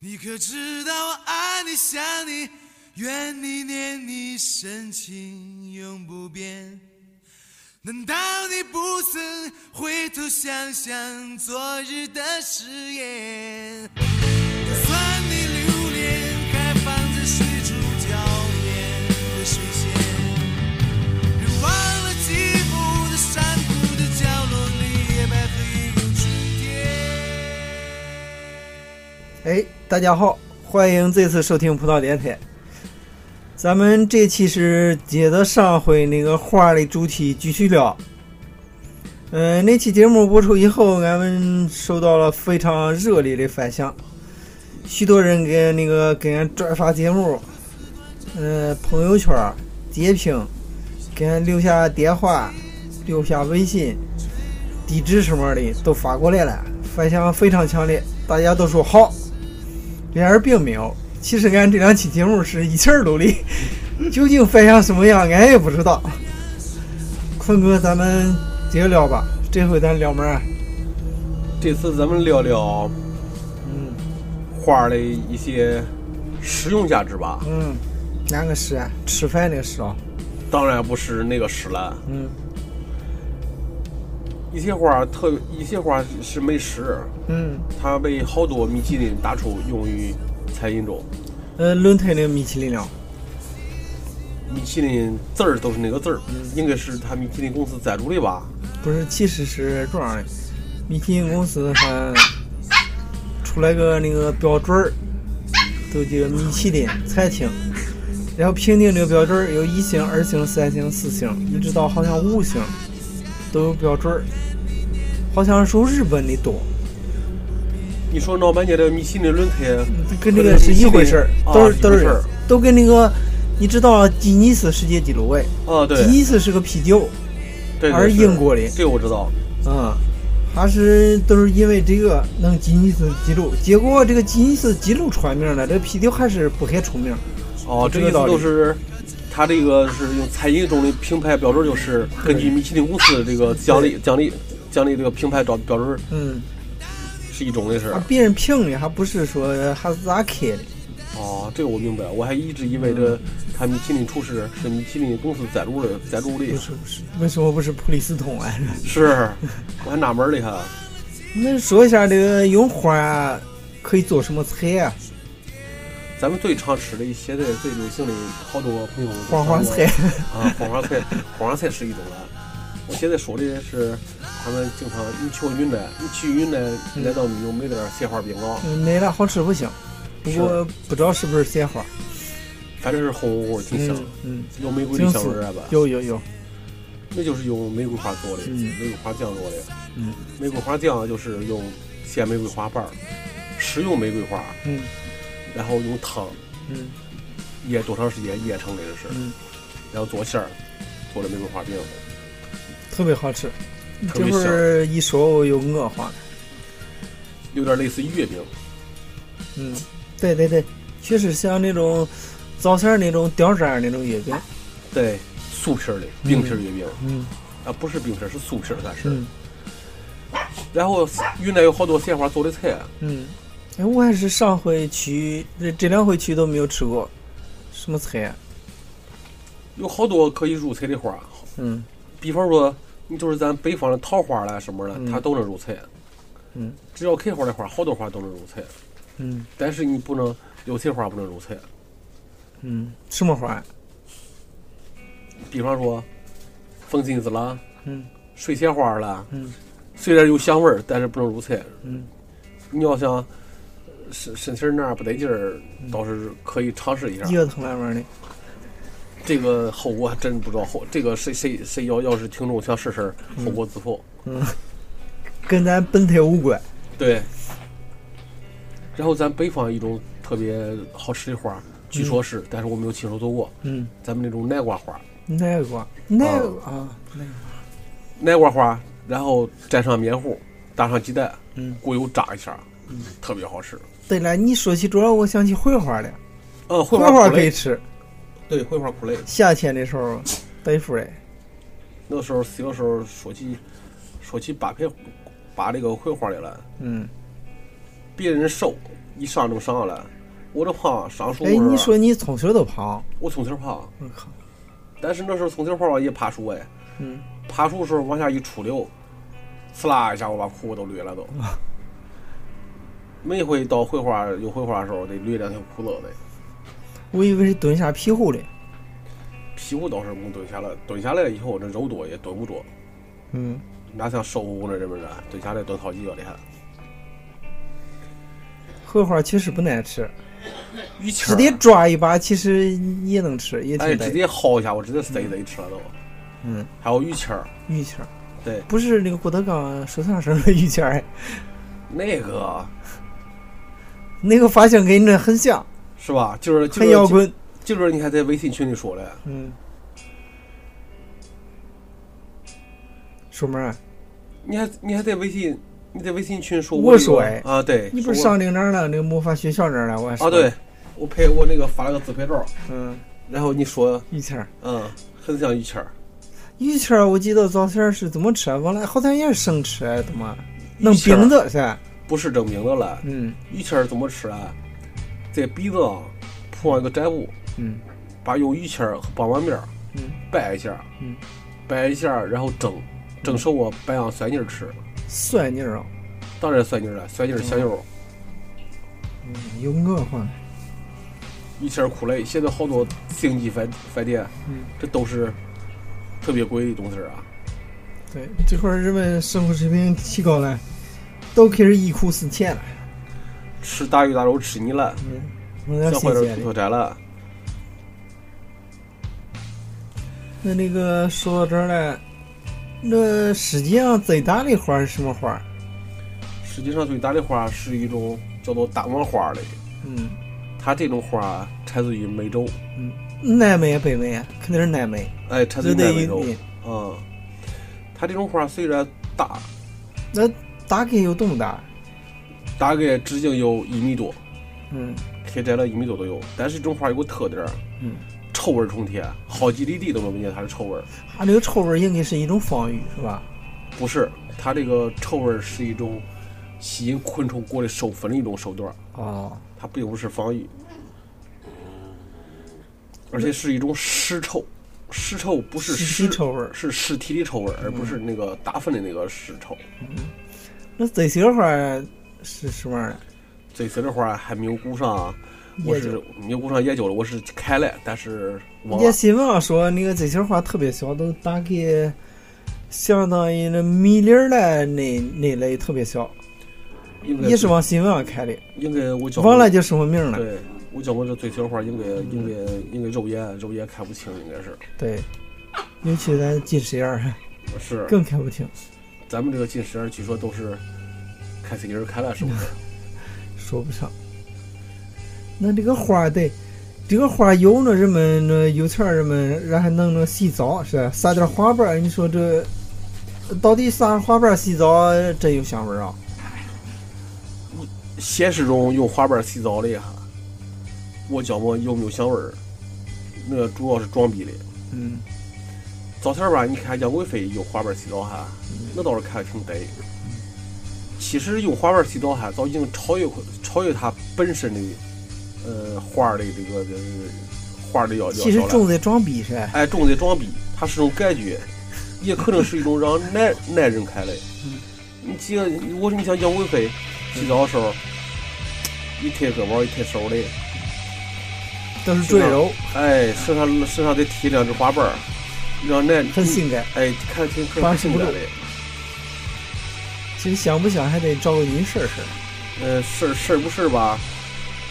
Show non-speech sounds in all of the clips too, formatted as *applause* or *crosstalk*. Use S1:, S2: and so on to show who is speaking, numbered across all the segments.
S1: 你可知道我爱你想你，怨你念你，深情永不变。难道你不曾回头想想昨日的誓言？就算你留恋还放着水珠娇艳的水仙。别忘了寂寞的山谷的角落里，野百合也有春天。
S2: 哎，大家好，欢迎再次收听葡萄电台。咱们这期是接着上回那个花的主题继续聊。嗯、那期节目播出以后，俺们收到了非常热烈的反响，许多人给那个给俺转发节目，嗯，朋友圈儿截屏，给俺留下电话，留下微信，地址什么的都发过来了，反响非常强烈，大家都说好。然而并没有。其实俺这两期节目是一气儿录的，究竟反响什么样，俺也不知道。坤哥，咱们接着聊吧，这回咱聊门儿。啊
S3: 这次咱们聊聊
S2: 嗯
S3: 花的一些实用价值吧，
S2: 嗯，哪个是啊？吃饭那个是啊？
S3: 当然不是那个石了。
S2: 嗯
S3: 一些花特别，一些花是美食，
S2: 嗯，
S3: 它被好多米其林大厨用于餐饮中。
S2: 呃，轮胎那个米其林了。
S3: 米其林字儿都是那个字儿，
S2: 嗯
S3: 应该是它米其林公司赞助的吧？
S2: 不是，其实是这样的，米其林公司还出来个那个标准儿，都叫米其林餐厅，然后评定这个标准儿有一星、二星、三星、四星，一直到好像五星都有标准儿，好像属日本的多，
S3: 你说闹半天的米其林轮胎，
S2: 嗯跟这个是一回事儿，
S3: 啊
S2: 都是
S3: 一
S2: 都
S3: 回
S2: 是
S3: 事儿
S2: 都跟那个。你知道吉尼斯世界纪录哎？
S3: 啊，对
S2: 吉，尼斯是个啤酒，
S3: 这个
S2: 而
S3: 是
S2: 英国的
S3: 这个我知道，
S2: 嗯，他是都是因为这个能吉尼斯记录，结果这个吉尼斯记录出来名了，这啤酒还是不太出名。
S3: 哦，
S2: 这
S3: 这
S2: 个
S3: 意思
S2: 道理
S3: 都是，它这个是用餐饮中的评判标准，就是根据米其林公司的这个奖励奖励奖励这个评判标标准
S2: 嗯，
S3: 是一种的事
S2: 啊。，别人评的还不是说还是咋开的。
S3: 哦，这个我明白，我还一直以为
S2: 嗯
S3: 这它米其林厨师是米其林公司赞助的赞助的
S2: 不，是不是，为什么不是普利司通啊？ *laughs*
S3: 是，我还纳闷儿了一下。
S2: 那说一下这个用花啊可以做什么菜啊？
S3: 咱们最常吃的现在最流行的好多朋友都
S2: 黄花菜
S3: 上过啊，黄花菜， *laughs* 黄花菜是一种了。我现在说的是，他们经常你去过云南，你去云南，难道你就没点儿蟹花饼啊？
S2: 嗯买了好吃不行，不过不知道是不是鲜花。
S3: 反正是红红红，挺香的
S2: 嗯，嗯，
S3: 有玫瑰
S2: 挺
S3: 的香
S2: 素
S3: 味儿吧？啊
S2: 有有有，
S3: 那就是用玫瑰花做的，
S2: 嗯
S3: 玫瑰花酱做的。
S2: 嗯
S3: 玫瑰花酱就是用鲜玫瑰花瓣儿、食用玫瑰花，
S2: 嗯
S3: 然后用汤
S2: 嗯
S3: 腌多长时间腌成的这是，
S2: 嗯，
S3: 然后做馅儿，做的玫瑰花饼。
S2: 特别好吃。
S3: 特
S2: 这
S3: 别
S2: 会
S3: 香
S2: 儿一说我又饿慌了。
S3: 有点类似于月饼，
S2: 嗯，对对对，确实像那种早餐那种吊渣那种月饼。
S3: 对，酥皮儿的饼皮儿月饼、
S2: 嗯
S3: 啊，不是饼皮儿，是酥皮儿，算是。
S2: 嗯
S3: 然后云南有好多鲜花做的菜，啊
S2: 嗯，哎，我还是上回去，这这两回去都没有吃过什么菜、啊。
S3: 有好多可以入菜的花，
S2: 嗯
S3: 比方说，你就是咱北方的桃花啦什么的，
S2: 嗯
S3: 它都能入菜。
S2: 嗯，
S3: 只要开花的花，好多花都能入菜，
S2: 嗯
S3: 但是你不能有些花不能入菜，
S2: 嗯，什么花啊？
S3: 比方说风信子啦、
S2: 嗯
S3: 水仙花啦，
S2: 嗯
S3: 虽然有香味儿，但是不能入菜。
S2: 嗯
S3: 你要想身身体儿那儿不得劲儿，
S2: 嗯
S3: 倒是可以尝试一下。
S2: 一个藤蔓蔓的。
S3: 这个后果还真不知道，后这个谁谁谁要要是听众想试试，后果自负。
S2: 嗯，跟咱本台无关。
S3: 对。然后咱北方一种特别好吃的花儿，据说是，但是我没有亲手做过。
S2: 嗯，
S3: 咱们那种南瓜花儿，
S2: 那个那个啊，那个
S3: 南瓜花儿，然后蘸上面糊，打上鸡蛋，
S2: 嗯，
S3: 过油炸一下，特别好吃。
S2: 对了，你说起这，我想起槐花了。
S3: 嗯，槐
S2: 槐哦花
S3: 苦
S2: 可以
S3: 蕾，
S2: 吃，
S3: 对，槐花苦蕾。
S2: 夏天的时候带出来。
S3: 那时候小时候说起说起扒开扒这个槐花来了，
S2: 嗯
S3: 别人瘦，一上就上来，我这胖上树啊
S2: 哎，你说你从小都胖，
S3: 我从小胖，
S2: 我靠，
S3: 但是那时候从小胖也爬树哎，
S2: 嗯，
S3: 爬树的时候往下一出溜，呲啦一下我把裤子都捋了都。每回到槐花有槐花的时候得捋两条裤子的，
S2: 我以为是蹲下屁股嘞。
S3: 屁股倒是没蹲下来，蹲下来以后这肉多也蹲不住，
S2: 嗯，
S3: 哪像瘦乎乎的这不是？蹲下来蹲好几个厉害。
S2: 荷花其实不难吃，
S3: 于谦
S2: 直接抓一把其实也能吃，也
S3: 哎，
S2: 挺
S3: 直
S2: 得。
S3: 接薅一下，我直接塞在一吃了都。
S2: 嗯，
S3: 还有于谦儿，
S2: 于谦儿
S3: 对
S2: 不是那个郭德纲说相声的于谦儿， *laughs*
S3: 那个
S2: 那个发型跟你这很像，
S3: 是吧？就是就
S2: 很摇
S3: 是
S2: 滚。
S3: 就是你还在微信群里说嘞，
S2: 嗯，叔们儿，啊
S3: 你还你还在微信你在微信群说
S2: 我
S3: 这个
S2: 说哎
S3: 啊，对，
S2: 你不是
S3: 说
S2: 上那个哪儿了？那个魔法学校那儿了？我还
S3: 我啊？对，，我拍我那个发了个自拍照，
S2: 嗯，
S3: 然后你说
S2: 于谦儿，
S3: 嗯，很像于谦儿，
S2: 于谦儿，我记得早前是怎么吃，完了好像也是生吃，他妈弄
S3: 于谦儿
S2: 冰的噻。
S3: 不是正名的了。
S2: 嗯
S3: 于谦儿怎么吃啊？在鼻子啊铺上一个窄布，
S2: 嗯
S3: 把用于谦儿和棒棒面儿
S2: 嗯，
S3: 掰一下，
S2: 嗯，
S3: 掰一下，然后蒸，蒸熟我掰上蒜泥儿吃。
S2: 蒜泥儿啊，
S3: 当然蒜泥儿了，蒜泥儿香油。
S2: 嗯有我话。
S3: 于谦儿苦嘞，现在好多星级饭饭店，
S2: 嗯
S3: 这都是特别贵的东西儿啊。
S2: 对，这会儿日本生活水平提高了，都开始忆苦思甜了。
S3: 吃大鱼大肉吃腻了，
S2: 嗯，弄点
S3: 想
S2: 新
S3: 换点土
S2: 鲜的。
S3: 特产了。
S2: 那那个说到这儿了，那世界上最大的花是什么花？
S3: 世界上最大的花是一种叫做大王花的，
S2: 嗯，
S3: 它这种花产自于美洲，
S2: 南美、北美啊，肯定是南美。
S3: 哎，产自
S2: 这
S3: 于
S2: 得
S3: 南美
S2: 一
S3: 洲。嗯，它这种花虽然大，
S2: 那大概有多么大？
S3: 大概直径有一米多，
S2: 嗯
S3: 开摘了一米多都有，但是这种花有个特点儿，
S2: 嗯，
S3: 臭味儿冲天，好几里地都能闻见它的臭味儿。
S2: 它这个臭味儿应该是一种方语，是吧？
S3: 不是，它这个臭味儿是一种吸引昆虫过来授粉的一种手段，
S2: 哦，
S3: 它并不是防御，而且是一种尸臭。尸臭不是
S2: 尸
S3: 尸
S2: 体臭味儿嗯
S3: 是尸体的臭味儿，而不是那个打粪的那个尸臭。
S2: 那这些花是什么玩意儿？
S3: 这次的花还没有顾上，啊我
S2: 也
S3: 是没有顾上研究了，我是开了，但是忘
S2: 人家
S3: 了。
S2: 新闻上说那个这些花特别小，都大概相当于那米粒儿嘞那那类特别小，
S3: 应该
S2: 也是往新闻上看的，
S3: 应该我叫
S2: 忘了叫什么名了。
S3: 对，我叫我这最小花应该应该应该肉眼肉眼看不清，应该是
S2: 对，尤其咱近视眼儿
S3: 是。
S2: 更看不清。
S3: 咱们这个近视眼据说都是开始给人开了，是不是？
S2: 说不上。那这个花儿得，这个花儿有呢，人们那有钱人们，然后弄那洗澡是吧撒点花瓣儿，你说这到底撒花瓣儿洗澡真有香味儿啊？
S3: 现实中用花瓣洗澡的哈，我觉么有没有香味儿？那个主要是装逼的。
S2: 嗯，
S3: 早前吧，你看杨贵妃用花瓣洗澡哈，那倒是看着挺得。其实用花瓣洗澡哈，早已经超越超越它本身的呃花儿的这个这个花儿的要要
S2: 其实
S3: 要了。
S2: 重在装逼是吧？
S3: 哎，重在装逼，它是种感觉，也可能是一种让男男人开的。你记得，我说你像杨贵妃洗澡的时候，一贴胳膊一贴手的，
S2: 都是啊赘肉，
S3: 哎，身上身上得贴两只花瓣儿，让男
S2: 很性感。
S3: 哎，看着挺可
S2: 八
S3: 能
S2: 十
S3: 性感
S2: 度
S3: 的。
S2: 其实想不想还得找个女试试。
S3: 呃，事儿事儿不是吧？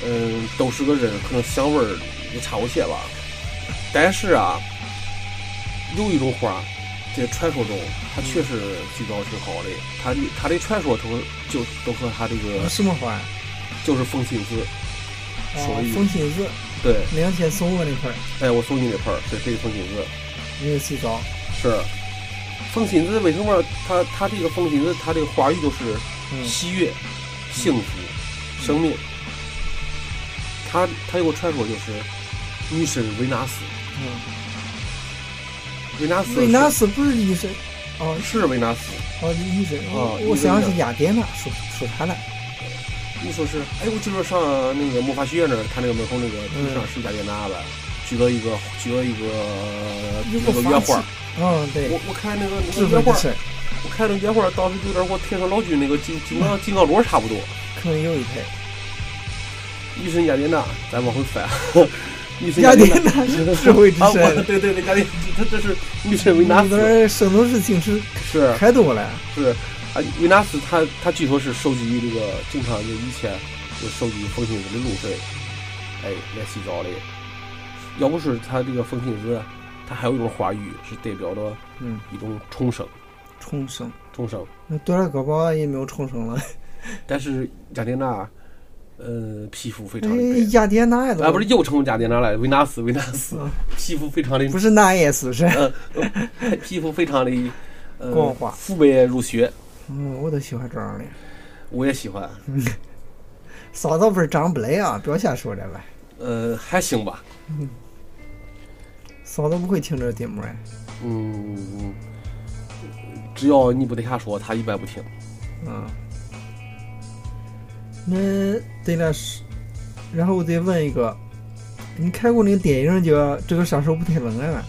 S3: 嗯、都是个人，可能香味儿也差不些吧。但是啊，有一种花，在传说中，它确实技巧挺好的。它的它的传说都就都和它这个
S2: 什么花儿？
S3: 就是风信子，
S2: 哦
S3: 所以，
S2: 风信子。
S3: 对，
S2: 那两天送我那块儿，
S3: 哎，我送你那盆儿，对，这是风信子，
S2: 那个洗澡，
S3: 是。风信子为什么它它这个风信子，它这个花语就是
S2: 嗯，
S3: 喜悦、幸福、生命。他他有个传说就是，女神维纳斯，
S2: 嗯
S3: 维纳斯是，
S2: 维纳斯不是医生，哦，
S3: 是维纳斯，
S2: 哦，医生，
S3: 哦
S2: 我我
S3: 医生
S2: 想
S3: 的
S2: 是雅典娜，说说她呢。
S3: 你说是？哎，我今儿上那个魔法学院那儿看那个门口那个
S2: 嗯
S3: 地上是雅典娜吧？举了一个举了一个
S2: 一
S3: 一个
S2: 个法
S3: 月
S2: 器
S3: 花，
S2: 嗯，对，
S3: 我我看那个
S2: 智
S3: 那个
S2: 慧
S3: 月
S2: 之
S3: 花，
S2: 神
S3: 我看那个月花当时有点和天上老君那个金金刚金刚罗差不多。
S2: 可能有一台。
S3: 一身雅典娜，咱往回 *laughs* 翻，一身
S2: 雅典
S3: 娜。
S2: 娜是智慧之
S3: 啊，我
S2: 神，
S3: 对对对，雅典，他这 *laughs* 是女神维纳
S2: 你
S3: 斯，
S2: 的圣斗士星矢
S3: 是
S2: 太多了。
S3: 是啊，维纳斯她她据说是收集这个经常就以前就收集风信子的露水，哎，来洗澡的。要不是她这个风信子，她还有一种花语是代表着
S2: 嗯，
S3: 一种重生，
S2: 重生，
S3: 重生。
S2: 那多拉戈巴啊也没有重
S3: *laughs*
S2: 生了。
S3: 但是雅典娜，呃，皮肤非
S2: 哎
S3: 常的，白，
S2: 雅典娜也都
S3: 啊，不是又称雅典娜了，维纳斯维纳斯
S2: 啊，
S3: 皮肤非常的
S2: 不是那也是是？
S3: 呃，呃皮肤非常的呃
S2: 光滑
S3: 肤白如雪，
S2: 嗯，我都喜欢这样的。
S3: 我也喜欢，
S2: 嫂子不是长不来啊，不要瞎说这玩意。
S3: 呃，还行吧，
S2: 嫂子不会听这节目哎。
S3: 嗯，只要你不对他说，他一般不听。
S2: 嗯，那对了，是然后我再问一个，你看过那个电影叫《这个杀手不太冷》啊？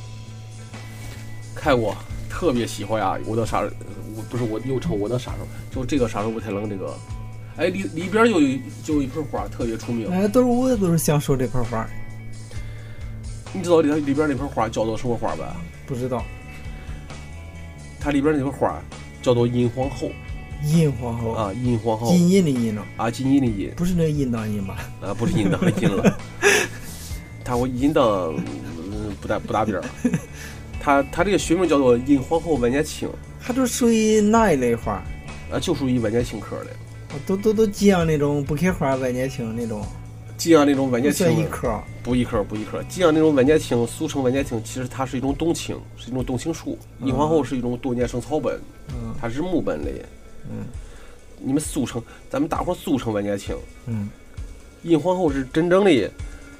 S3: 看我特别喜欢呀、我的杀手，我不是我又称我的杀手，就这个杀手不太冷这个，哎，里里边就有就有一盆花特别出名，
S2: 哎，都是我都是想说这块话，
S3: 你知道里头里边那盆花叫做什么花吧？
S2: 不知道
S3: 它里边那盆花叫做银皇后
S2: 银皇后，
S3: 啊，银皇后
S2: 金银的银呢，
S3: 啊，金银的银。
S2: 不是那个淫荡银吧？
S3: 啊，不是淫荡的淫
S2: *laughs*
S3: 了，他我淫荡嗯不搭不搭边儿。他他这个学名叫做银皇后万年青，
S2: 它都属于哪一类花？
S3: 啊，就属于万年青科的，
S2: 都都都像那种不开花万年青那种，
S3: 既像那种万
S2: 不
S3: 年青
S2: 算一科儿。
S3: 不一科不一科，既像那种万年青，俗称万年青，其实它是一种冬青，是一种冬青树。银皇后是一种多年生草本，
S2: 嗯
S3: 它是木本类。
S2: 嗯，
S3: 你们俗称，咱们大伙儿俗称万年青，
S2: 嗯，
S3: 银皇后是真正的，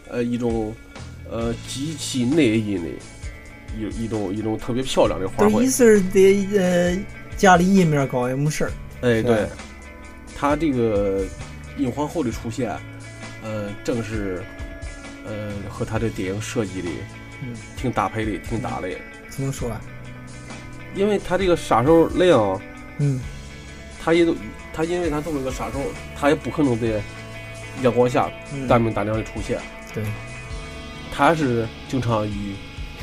S3: 呃，一种呃极其内隐的，一一种一种特别漂亮的花
S2: 都
S3: 卉
S2: 一。思得呃家里一面高也没事儿。
S3: 哎，
S2: 是吧
S3: 对，它这个影皇后的出现，呃，正是呃和它的电影设计的
S2: 嗯，
S3: 挺搭配的，挺搭的。
S2: 怎么说啊？
S3: 因为它这个杀手类啊，
S2: 嗯，
S3: 它也都它因为它作为一个杀手，它也不可能在阳光下
S2: 嗯
S3: 大明大亮的出现，
S2: 对，
S3: 它是经常与。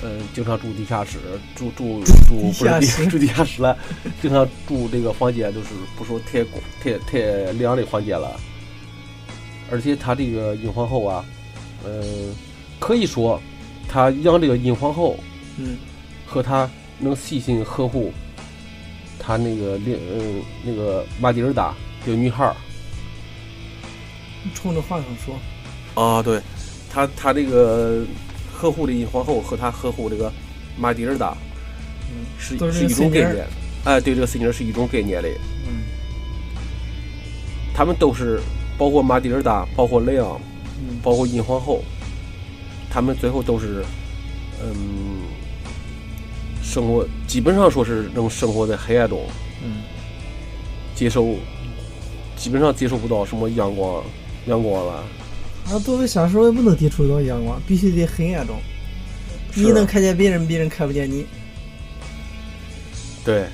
S3: 呃，经常住地下室，住 *laughs* 住住
S2: 地
S3: 不是
S2: 下
S3: 地
S2: 室
S3: 住地下室了，经常住这个房间，就是不说 *laughs* 太光太太亮的房间了。而且他这个银皇后啊，呃，可以说他养这个银皇后
S2: 嗯
S3: 和他能细心呵护他那个另呃那个马蒂尔达这个女孩儿
S2: 冲着话筒说，
S3: 啊，对，他他这个呵护的银皇后和他呵护这个马蒂尔达
S2: 嗯
S3: 是
S2: 都是
S3: 是一种
S2: 森
S3: 概
S2: 林儿
S3: 念，哎，对这个森林儿是一种概念嘞。
S2: 嗯
S3: 他们都是包括马蒂尔达，包括雷昂，
S2: 嗯，
S3: 包括银皇后，他们最后都是，嗯，生活基本上说是能生活在黑暗中，
S2: 嗯，
S3: 接受基本上接受不到什么阳光阳光了。
S2: 啊，作为杀手也不能接触到阳光，必须得黑暗中。
S3: 是
S2: 你能看见别人，别人看不见你。
S3: 对，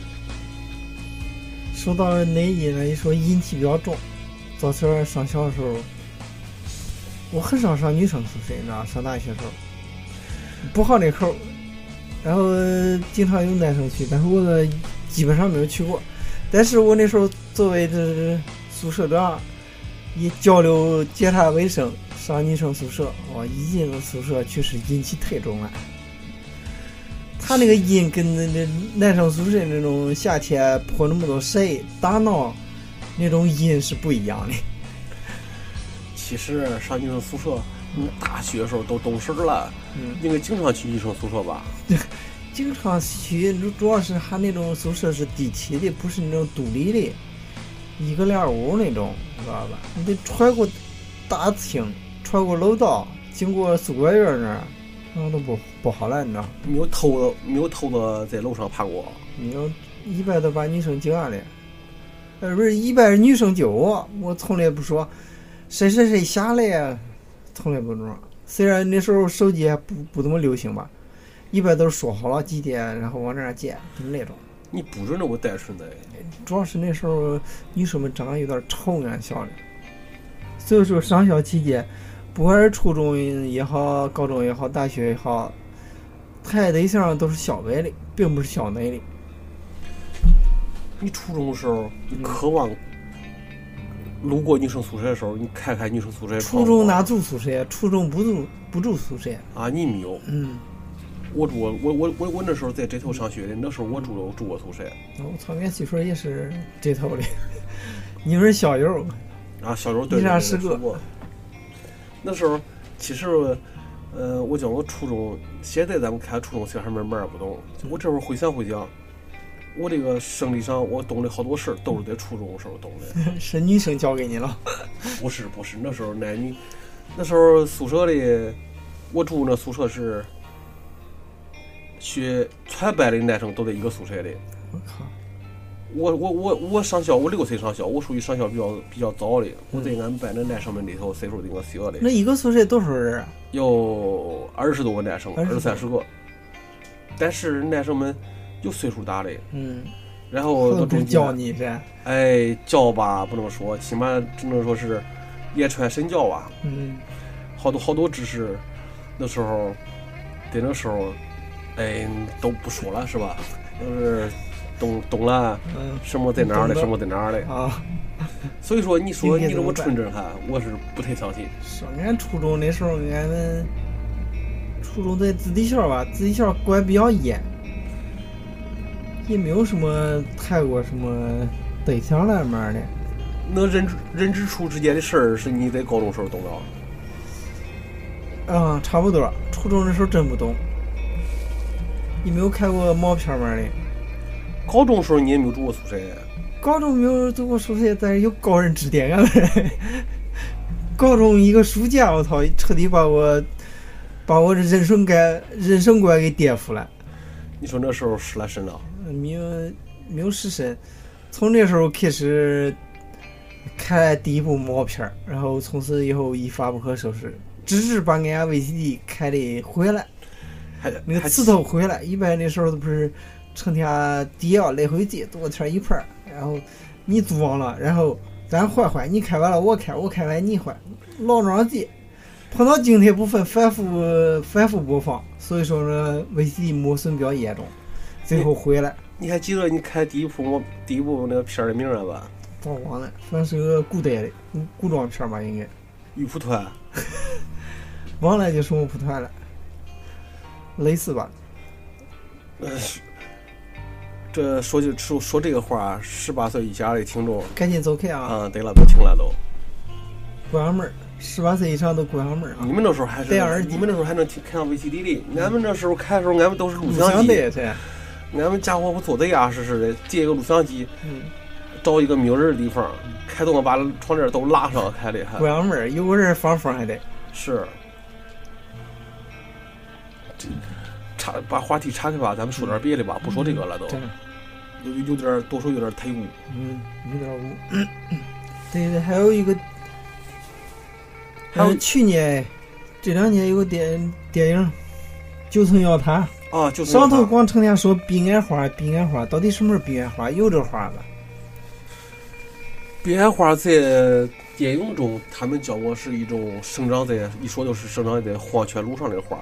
S2: 说到内衣呢，一说阴气比较重。早前上小的时候，我很少上女生宿舍，你知道，上大学时候不好那口儿，然后经常有男生去，但是我呢基本上没有去过。但是我那时候作为这宿舍长，也交流检查卫生，上女生宿舍，我一进入宿舍，确实阴气太重了。他那个阴跟那那男生宿舍那种夏天泼那么多水打闹那种阴是不一样的。
S3: 其实上女生宿舍，你大学的时候都懂事儿了，
S2: 嗯，
S3: 应该经常去女生宿舍吧？
S2: 经常去主主要是他那种宿舍是地起的，不是那种独立的，一个两屋那种，知道吧？你得穿过大厅，穿过楼道，经过宿管员那儿，然后都不不好了，你知道？
S3: 没有偷的，没有偷的在楼上爬过。
S2: 你要一般都把女生叫了，呃，不是一般女生叫我，我从来不说谁谁谁下来呀，从来不弄。虽然那时候手机还不不怎么流行吧，一般都是说好了几点，然后往那儿接，就是那种。
S3: 你不是那么单纯的，
S2: 主要是那时候女生们长得有点丑，俺想的。所以说上学期间，不管是初中也好，高中也好，大学也好，谈对象都是校外的，并不是校内的。
S3: 你初中的时候，你渴望路过女生宿舍的时候，你看看女生宿舍。
S2: 初中哪？住宿舍？初中不住不住宿舍。
S3: 啊，你没有。
S2: 嗯，
S3: 我住我我我我我那时候在这头上学的，那时候我住了住过宿舍。
S2: 我操，俺媳妇儿也是这头的。 *laughs* 你们是校友？
S3: 啊，小时候对
S2: 一下
S3: 对
S2: 十
S3: 对
S2: 个
S3: 说过。那时候其实，呃，我讲我初中，现在咱们看初中其实还慢慢不懂。就我这会儿回想回想，我这个生理上我懂的好多事儿都是在初中的时候懂的。
S2: *laughs* 是女生教给你了？
S3: 不是不是，那时候男女，那时候宿舍里，我住那宿舍是，学全班的男生都在一个宿舍里。
S2: 我靠！
S3: 我我我我上校，我六岁上校，我属于上校比较比较早的。我在俺们班的男生们里头，岁数比我小的
S2: 那一个宿舍多少人啊？
S3: 有二十多个男生，
S2: 20
S3: 二三十个。但是男生们有岁数大的，
S2: 嗯，
S3: 然
S2: 我
S3: 后
S2: 都
S3: 到
S2: 不
S3: 中
S2: 是
S3: 间
S2: 教你这。
S3: 哎，教吧不能说，起码只能说是言传身教吧。
S2: 嗯，
S3: 好多好多知识，那时候，在那时候，哎，都不说了是吧？就是懂懂了
S2: 嗯
S3: 什么在哪儿
S2: 懂
S3: 的，
S2: 得
S3: 什么在哪儿的。
S2: 啊，
S3: 所以说，你说
S2: 今
S3: 你
S2: 天
S3: 这
S2: 怎么
S3: 么
S2: 办
S3: 纯真汉，我是不太相信。
S2: 上俺初中那时候，俺们初中在子弟校吧，子弟校管比较严，也没有什么谈过什么对象那么的。
S3: 能人之人之初之间的事儿，是你在高中时候懂的。哦
S2: 啊、差不多。初中的时候真不懂，也没有看过毛片嘛的。
S3: 高中时候你也没有住过宿舍，
S2: 高中没有读过书但是有高人指点俺们。 *laughs* 高中一个暑假，我操，彻底把我把我的人生观人生观给颠覆了。
S3: 你说那时候失了身了，
S2: 没有没有失身，从那时候开始看了第一部毛片儿，然后从此以后一发不可收拾，直至把俺 VCD 开的回来，
S3: 还
S2: 那个
S3: 还
S2: 刺头回来。一般那时候都不是成天碟啊来回借，多天一盘儿，然后你租完了，然后咱换换，你开完了我开，我开完你换，老装借。碰到经典部分反复反复播放，所以说呢，VCD 磨损比较严重，最后回来。
S3: 你还记得你看第一部我第一部那个片儿的名儿了吧？
S2: 不忘了，反正是个古代的古古装片吧，应该
S3: 玉蒲团。
S2: 忘了就什么不团了，类似吧。
S3: 呃，这说起说说这个话，十八岁以下的听众
S2: 赶紧走开啊，
S3: 啊，对了，不听了都。
S2: 关上门儿，十八岁以上都关上门儿啊
S3: 你。们那时候还是
S2: 戴耳机
S3: 你们那时候还能听看到 VCD 的，俺们那时候看的时候，俺们都是录
S2: 录
S3: 像
S2: 像
S3: 机，
S2: 带这，
S3: 俺们家伙不做贼牙实实的，借一个录像机，
S2: 嗯，
S3: 找一个没有人的地方，开动把窗帘都拉上，
S2: *laughs*
S3: 开的还
S2: 关上门儿，有个人放风还得。
S3: 是。这岔把话题岔开吧，咱们
S2: 嗯
S3: 说点别的吧，不说这个了都，
S2: 真的，
S3: 有有点多说有点太污。
S2: 嗯，有点污。 *coughs* 对对，还有一个，
S3: 还有
S2: 呃去年这两年有个电电影《九层妖塔》。
S3: 啊，就是
S2: 上
S3: 那
S2: 头
S3: 啥
S2: 光成天说彼岸花，彼岸花，到底什么是彼岸花？有这花吗？
S3: 彼岸花在电影中，他们叫我是一种生长在一说就是生长在黄泉路上的花。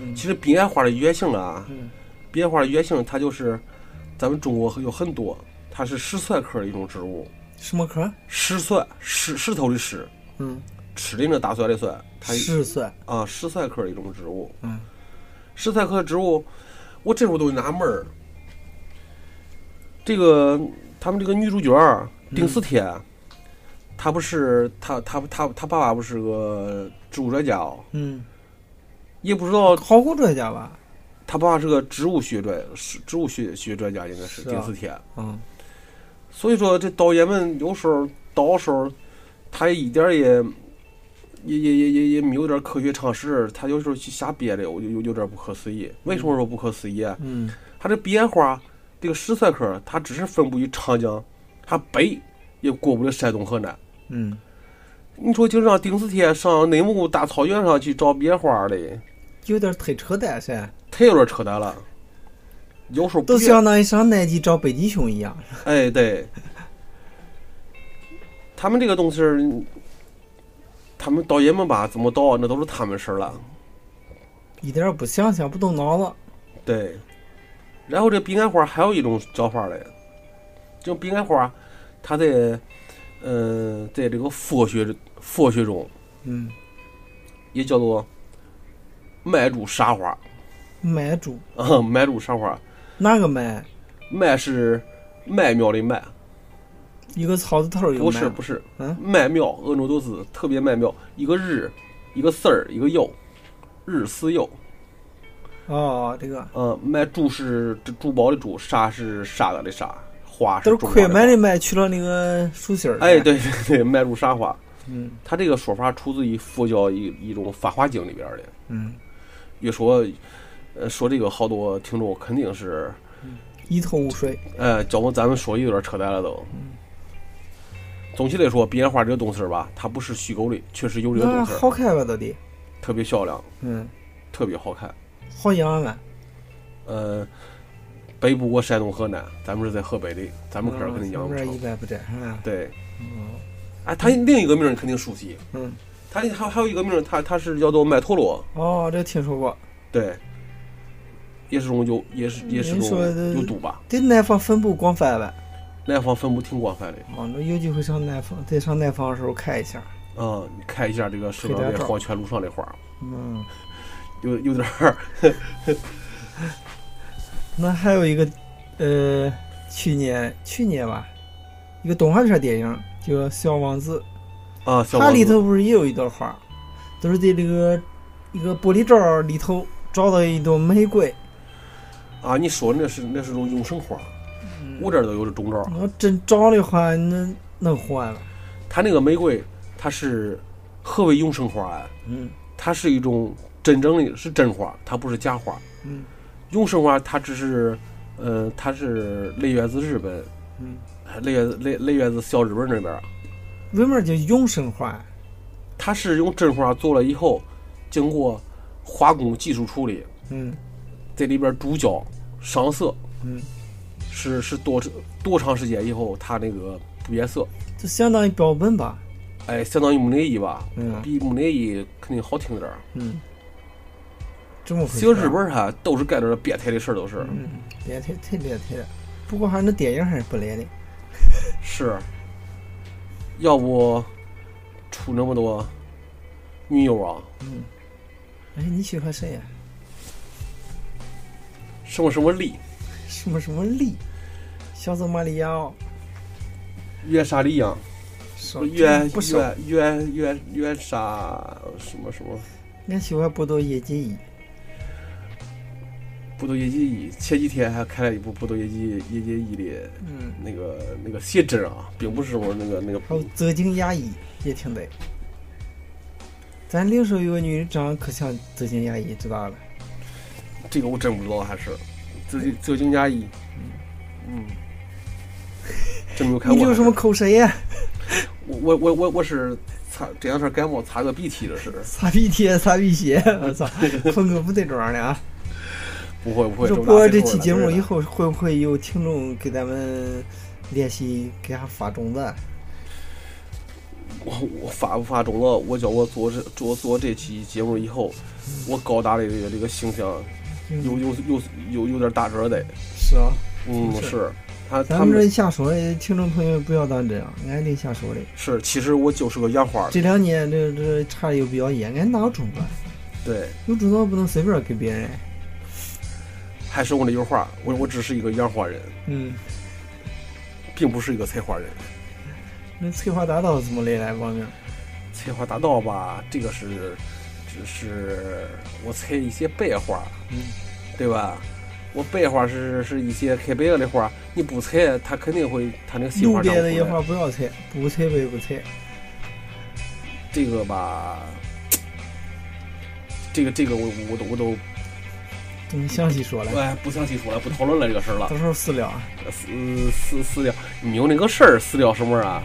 S2: 嗯
S3: 其实彼岸花的原型啊，
S2: 嗯
S3: 彼岸花的原型它就是咱们中国有很多，它是石蒜科的一种植物，
S2: 什么科？
S3: 石蒜石石头的石，
S2: 嗯，
S3: 吃的那大蒜的蒜，它
S2: 十岁。
S3: 啊石蒜科的一种植物。
S2: 嗯，
S3: 石菜科的植物，我这会儿都纳闷儿。这个他们这个女主角儿丁思铁，她不是她她她她爸爸不是个植物专家哦，
S2: 嗯，
S3: 也不知道
S2: 考古专家吧？
S3: 她爸爸是个植物学专是植物学学专家，应该是
S2: 是啊
S3: 丁思铁。
S2: 嗯，
S3: 所以说这导演们有时候导的时候，他一点儿也。也也也也也没有点儿科学常识，他有时候去瞎编的，我就有有点儿不可思议。为什么说不可思议啊？
S2: 嗯，
S3: 它这彼岸花这个石蒜科，它只是分布于长江，它北也过不了山东河南。
S2: 嗯，
S3: 你说就上顶四天上内蒙古大草原上去找野花嘞，
S2: 有点忒扯淡噻，
S3: 太有点扯淡了。有时候不
S2: 都
S3: 愿
S2: 相当于上南极找北极熊一样。
S3: 哎，对，他们这个东西儿，他们倒也没吧，怎么倒那都是他们事儿了。
S2: 一点儿不想，想不动脑子。
S3: 对，然后这饼干花还有一种叫法嘞，就饼干花，它在，嗯、在这个佛学佛学中
S2: 嗯，
S3: 也叫做麦珠沙花 *laughs*
S2: 麦猪
S3: 啊，麦珠沙花，
S2: 哪个麦？
S3: 麦是麦苗的麦，
S2: 一个草字头儿一个
S3: 不
S2: 麦。
S3: 是不是，
S2: 嗯
S3: 麦苗，鄂州都是特别麦苗，一个日，一个四儿，一个又，日四又。
S2: 哦，这个
S3: 呃，卖珠是这珠宝的珠，沙是沙子的沙，花是
S2: 都是
S3: 中
S2: 快
S3: 国
S2: 麦
S3: 的
S2: 的麦去了那个树心儿。
S3: 花。哎，，对对对，卖珠沙花，
S2: 嗯
S3: 它这个说法出自于佛教一一种《法华经》里边的。
S2: 嗯，
S3: 越说，呃，说这个好多听众肯定是，
S2: 一头雾水。
S3: 呃，叫我咱们说有点扯淡了都。
S2: 嗯
S3: 总体来说，彼岸花这个东西儿吧，它不是虚构的，确实有这个
S2: 那
S3: 东西儿，
S2: 好看吧？到底？
S3: 特别漂亮，
S2: 嗯，
S3: 特别好看。
S2: 好养吧？
S3: 呃，北不过山东河南，咱们是在河北的，咱们这儿肯定养
S2: 嗯
S3: 不
S2: 这边
S3: 成
S2: 一。般不沾啊。
S3: 对，
S2: 嗯
S3: 哎，它另一个名儿你肯定熟悉，
S2: 嗯，
S3: 它还还有一个名儿，它它是叫做麦陀罗，
S2: 哦，这听说过。
S3: 对，也是种有也是也是
S2: 您说的
S3: 种有毒吧，
S2: 对南方分布广泛吧？
S3: 南方分布挺广泛的。
S2: 哦，那有机会上南方，再上南方的时候看一下。
S3: 嗯，你看一下这个市场
S2: 推荐照
S3: 的黄泉路上的花儿，
S2: 嗯，
S3: 有有点儿，
S2: 那还有一个，呃，去年去年吧，一个动画片电影叫《小王子》，
S3: 啊，小
S2: 它
S3: 王
S2: 里
S3: 子
S2: 头不是也有一段花，都是在这个一个玻璃罩儿里头找到一朵玫瑰。
S3: 啊，你说那是那是种永生花儿，
S2: 嗯
S3: 我这儿都有这种招儿。
S2: 你要真找的话，那能换吗？
S3: 它那个玫瑰，它是何为永生花啊？
S2: 嗯
S3: 它是一种真正的是真花，它不是假花。
S2: 嗯
S3: 永生花它只是，呃，它是来源自日本，
S2: 嗯，
S3: 来源自来来源自小日本那边儿。
S2: 为嘛叫永生花？
S3: 它是用真花做了以后，经过化工技术处理，
S2: 嗯
S3: 在里边注胶上色，
S2: 嗯，
S3: 是是多多长时间以后它那个变色，
S2: 就相当于标本吧。
S3: 哎，相当于木乃伊吧，
S2: 嗯
S3: 比木乃伊肯定好听点儿。
S2: 嗯，这么回事
S3: 其实
S2: 儿。
S3: 日本哈都是干点儿变态的事儿，都是
S2: 嗯，连贴太连贴了。不过还那电影还是不来的。
S3: 是，要不出那么多女友啊，
S2: 哎，你喜欢谁呀、
S3: 什么什么丽、
S2: 什么什么丽，小泽玛利亚哦，
S3: 月莎莉呀、
S2: 少
S3: 月
S2: 真不少。
S3: 月月月月莎什么什么。
S2: 俺喜欢波多野结衣。
S3: 《部队业绩一》前几天还开了一部《部队业绩业绩一》的
S2: 嗯，
S3: 那个那个写真啊，并不是我那个那个
S2: 还有泽井雅一也挺得。咱另说有个女的长得可像泽井雅一，知道了。
S3: 这个我真不知道，还是泽井泽井加一，嗯，真没有看
S2: 你
S3: 过
S2: 流
S3: 还是。
S2: 什么口水呀？
S3: 我我我我我是擦这两天感冒擦个鼻涕，这是
S2: 擦鼻涕，擦鼻血，我
S3: *laughs*
S2: 操，坤哥不带装的啊！
S3: 不会不
S2: 我
S3: 会。
S2: 说
S3: 么大
S2: 播完这
S3: 岁数
S2: 期
S3: 了
S2: 节目
S3: 真
S2: 以
S3: 的
S2: 后，会不会有听众给咱们联系，给俺发种子？
S3: 我我发不发中了？我叫我做这做做这期节目以后，
S2: 嗯
S3: 我高大的这个这个形象有有有有有点打折的，
S2: 是啊，
S3: 嗯
S2: 是
S3: 是。他
S2: 咱
S3: 他
S2: 们
S3: 们
S2: 这瞎说，听众朋友不要当真啊，俺这瞎说的。
S3: 是，其实我就是个养花儿的，
S2: 这两年这这差的又比较严，俺哪有种子？
S3: 对，
S2: 有种子不能随便给别人。
S3: 还是我的油画，我我只是一个养花人，
S2: 嗯，
S3: 并不是一个采花人。
S2: 那翠花大道怎么来来报名？
S3: 采花大道吧，这个是只是我采一些白花，
S2: 嗯，
S3: 对吧？我白花是是一些开白了的花，你不采，它肯定会它那个新
S2: 路
S3: 花长
S2: 边
S3: 不
S2: 的野
S3: 出
S2: 花
S3: 来。
S2: 不要采，不采白不采。
S3: 这个吧，这个这个我我都我都
S2: 等详细说了，
S3: 哎不详细说了，不讨论了这个事儿了。
S2: 到时候私聊啊。
S3: 私私私聊，没有那个事儿，死掉什么啊？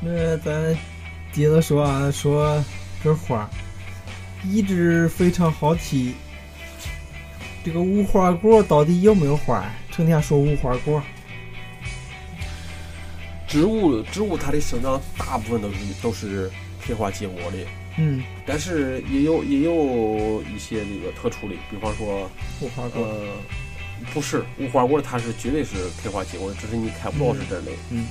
S2: 那咱接着说啊，说这花儿一直非常好奇，这个无花果到底有没有花儿？成天说无花果，
S3: 植物植物它的生长大部分都是都是开花结果的，
S2: 嗯，
S3: 但是也有也有一些那个特殊的，比方说
S2: 无花果，
S3: 呃，不是无花果，它是绝对是开花结果的，只是你看不到是真的。
S2: 嗯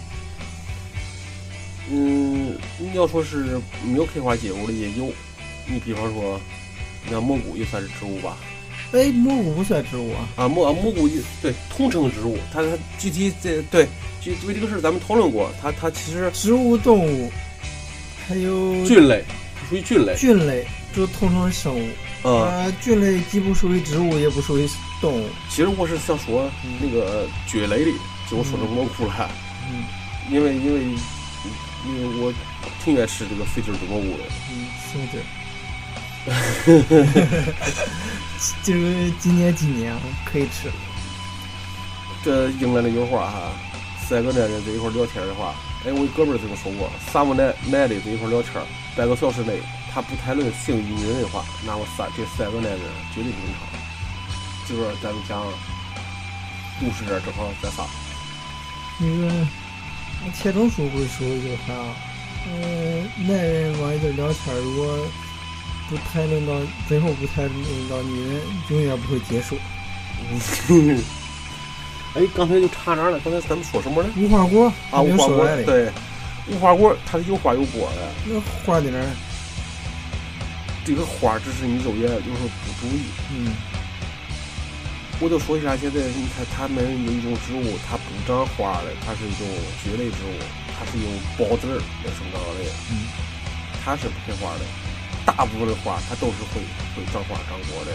S3: 嗯，你要说是没有开花结果的也有，你比方说，那蘑菇也算是植物吧？
S2: 哎，蘑菇不算植物啊，
S3: 啊，蘑啊蘑菇也对，统称植物，它它具体这对具为这个事儿咱们讨论过，它它其实
S2: 植物、动物，还有
S3: 菌类，它属于菌类，
S2: 菌类，就统称生物。
S3: 嗯。
S2: 啊，菌类既不属于植物，也不属于动物。
S3: 其实我是想说那个蕨类的，结果说成蘑菇了，
S2: 嗯
S3: 因为因为因为我挺爱吃这个肥汁的蘑菇的。
S2: 嗯，是
S3: *laughs*
S2: 的。这个今年几年啊可以吃了。
S3: 这英格兰有话哈，三个男人在一块儿聊天的话，哎，我一哥们儿这么说过，三个男男的在一块儿聊天，半个小时内他不谈论性与女人的话，那么三这三个男人绝对不正常。这边咱们讲故事这儿正好咱仨，
S2: 那个钱钟书不是说一句话啊，呃，男人往一堆聊天儿，如果不谈论到最后不谈论到女人，永远不会结束。
S3: *laughs* 哎，刚才就差哪儿了？刚才咱们说什么了？
S2: 无花果
S3: 啊，
S2: 还没
S3: 无
S2: 有
S3: 花
S2: 说
S3: 果
S2: 完嘞，
S3: 对，无花果它是有花有果的，
S2: 那花在哪儿？
S3: 这个花只是你肉眼有时候不注意。
S2: 嗯
S3: 我就说一下，现在你看他们有一种植物，它不长花的，它是一种蕨类植物，它是用孢子儿来生长的，
S2: 嗯
S3: 它是不开花的。大部分的花它都是会会长花长果的，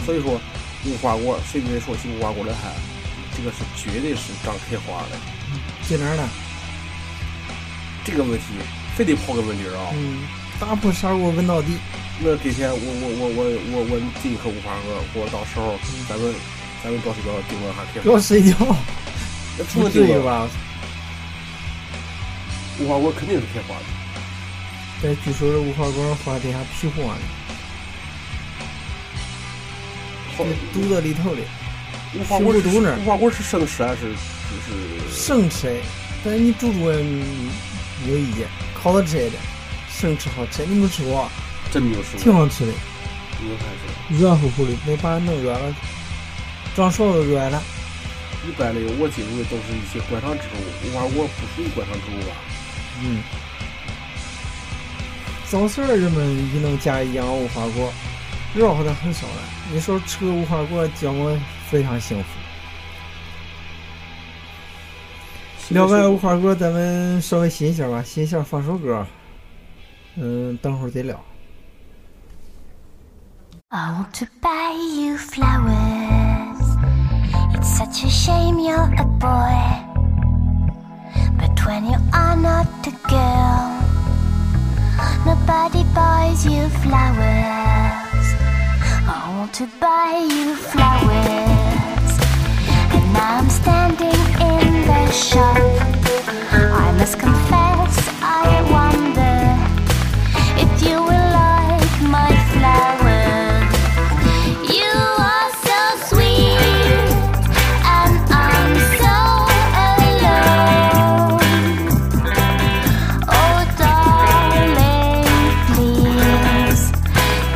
S2: 嗯
S3: 所以说无花果谁跟你说起无花果来看，这个是绝对是长开花的。
S2: 嗯，在哪儿呢？
S3: 这个问题非得刨根问底儿啊。
S2: 嗯，打破砂锅问到底。
S3: 那给钱，我我我我我我进一颗无花果，我啊到时候
S2: 嗯
S3: 咱们咱们到时候定个还
S2: 不要睡觉，
S3: 开，除
S2: 不
S3: 了
S2: 至
S3: 定
S2: 于
S3: 个
S2: 吧？
S3: 无花果肯定是开花的。
S2: 但据说这无花果花底下皮黄的，
S3: 后
S2: 这毒在里头的，
S3: 无花果是
S2: 毒不毒呢
S3: 无花果是生吃还是就是
S2: 生吃。但是你煮煮也嗯没有意见，烤着吃也的，生吃好吃。你没吃过啊，
S3: 真没有吃
S2: 挺
S3: 过？
S2: 好吃的，
S3: 没有看吃。
S2: 软乎乎的，没把人弄软了，长勺都软了。
S3: 一般的我接触的都是一些观赏植物，无花果不属于观赏植物吧？
S2: 嗯。早市儿人们也能家里养无花果，绕的很少了。你说吃个无花果，叫我非常幸福。聊完无花果，咱们稍微歇一下吧，歇一下放首歌。嗯，等会儿再聊。
S4: I want Oh, to buy you flowers. It's such a shame you're a boy. But when you are not a girl, nobody buys you flowers. I want to buy you flowers. And now I'm standing in the shop. I must confess, I wonder if you will like my flowers. You are so sweet, and I'm so alone. Oh, darling, please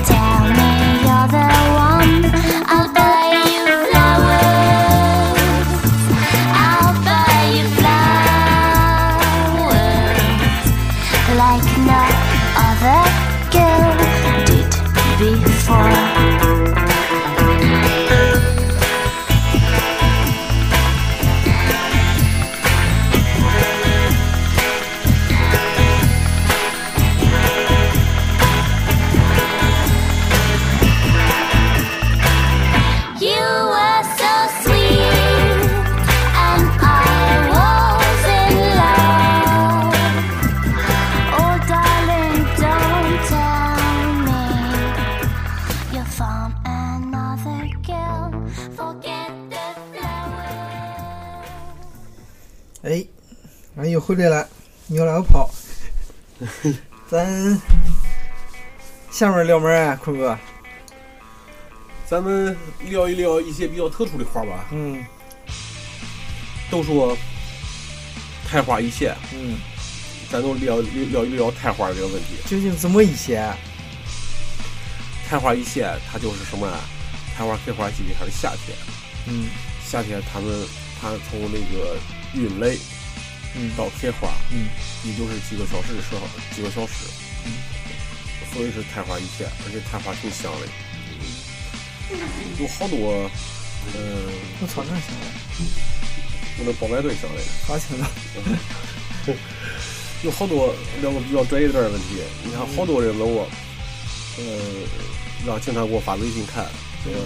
S4: tell me you're the one. I'll buy you flowers. I'll buy you flowers like no other girl did before. You were so sweet, and I was in love. Oh, darling, don't tell me you're
S2: 俺哎又回来了，你又老 *laughs* 跑。咱下面聊门儿啊，坤哥。
S3: 咱们聊一聊一些比较特殊的花吧。
S2: 嗯
S3: 都说开花一现，
S2: 嗯，
S3: 咱都聊聊一聊开花这个问题。
S2: 究竟怎么一些？啊
S3: 开花一现，它就是什么啊？开花开花季它是夏天，
S2: 嗯
S3: 夏天它们它从那个孕蕾
S2: 嗯
S3: 到开花，
S2: 嗯
S3: 也就是几个小时的时候，几个小时，所以是开花一现，而且开花挺香的，有好多，嗯、
S2: 我操，那行了，
S3: 我那保白队香的。
S2: 好听了。
S3: 有好多聊个比较专业点儿的问题，你看好多人问我，呃，让经常给我发微信看，那个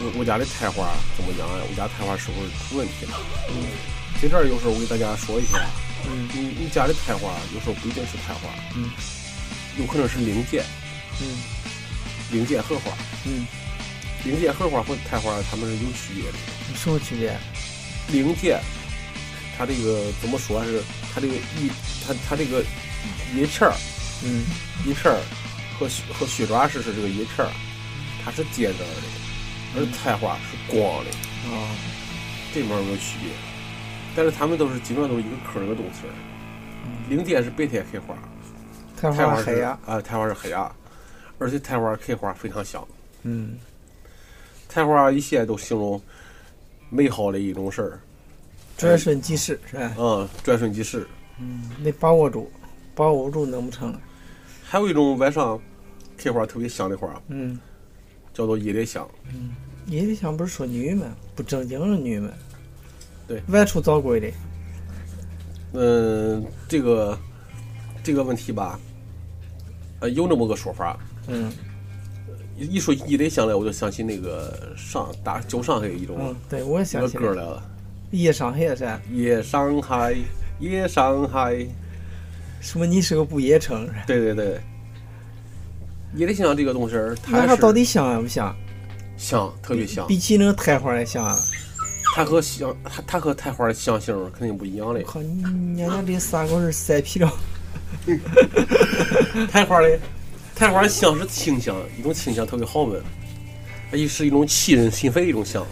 S3: 我我家的开花怎么样呀？我家开花是不是出问题了？嗯，在这儿有时候我给大家说一下，
S2: 嗯
S3: 你你家的开花有时候不一定是开花，
S2: 嗯，
S3: 有可能是零件
S2: 嗯
S3: 零件荷花，
S2: 嗯，
S3: 零件荷花和开花它们是有区别的。
S2: 嗯有什么区别？
S3: 零件，它这个怎么说啊是它这个一它它这个叶片儿。
S2: 嗯
S3: 叶片儿和雪和雪爪石是这个叶片儿，它是尖着的，而菜花是光的，
S2: 哦，
S3: 这面有没有区别？但是它们都是基本上都是一个科儿一个东西儿。零天是白天开花，
S2: 开
S3: 菜
S2: 花
S3: 花
S2: 黑呀
S3: 啊。，哎菜花是黑呀，而且菜花开花非常香。
S2: 嗯
S3: 菜花一切都形容美好的一种事儿，
S2: 转瞬即逝是吧？
S3: 嗯，转瞬即逝。
S2: 得把握住，把握不住弄不成了。
S3: 还有一种晚上开花特别香的花，
S2: 嗯，
S3: 叫做夜来香。
S2: 夜里香不是说女们不正经的女们，
S3: 对
S2: 外出早归的。
S3: 嗯，这个这个问题吧，呃，有那么个说法。
S2: 嗯
S3: 一一说夜来香来，我就想起那个上大旧上海一种
S2: 嗯，对，我也
S3: 一
S2: 想
S3: 个
S2: 起
S3: 歌
S2: 来
S3: 来了，
S2: 夜上海是吧？
S3: 夜上海，夜上海。
S2: 什么你是个不夜城是吧？
S3: 对对对，夜来香这个东西儿，
S2: 那
S3: 它
S2: 它
S3: 是
S2: 到底香啊不香？
S3: 香，特别香。
S2: 比起那个太花还香啊！
S3: 它和香，它它和太花的香型儿肯定不一样嘞
S2: 我。靠，你娘家这三个人塞皮了。 *laughs*
S3: 太花的，太花的香是清香，一种清香特别好闻，它也是一种沁人心扉的一种香。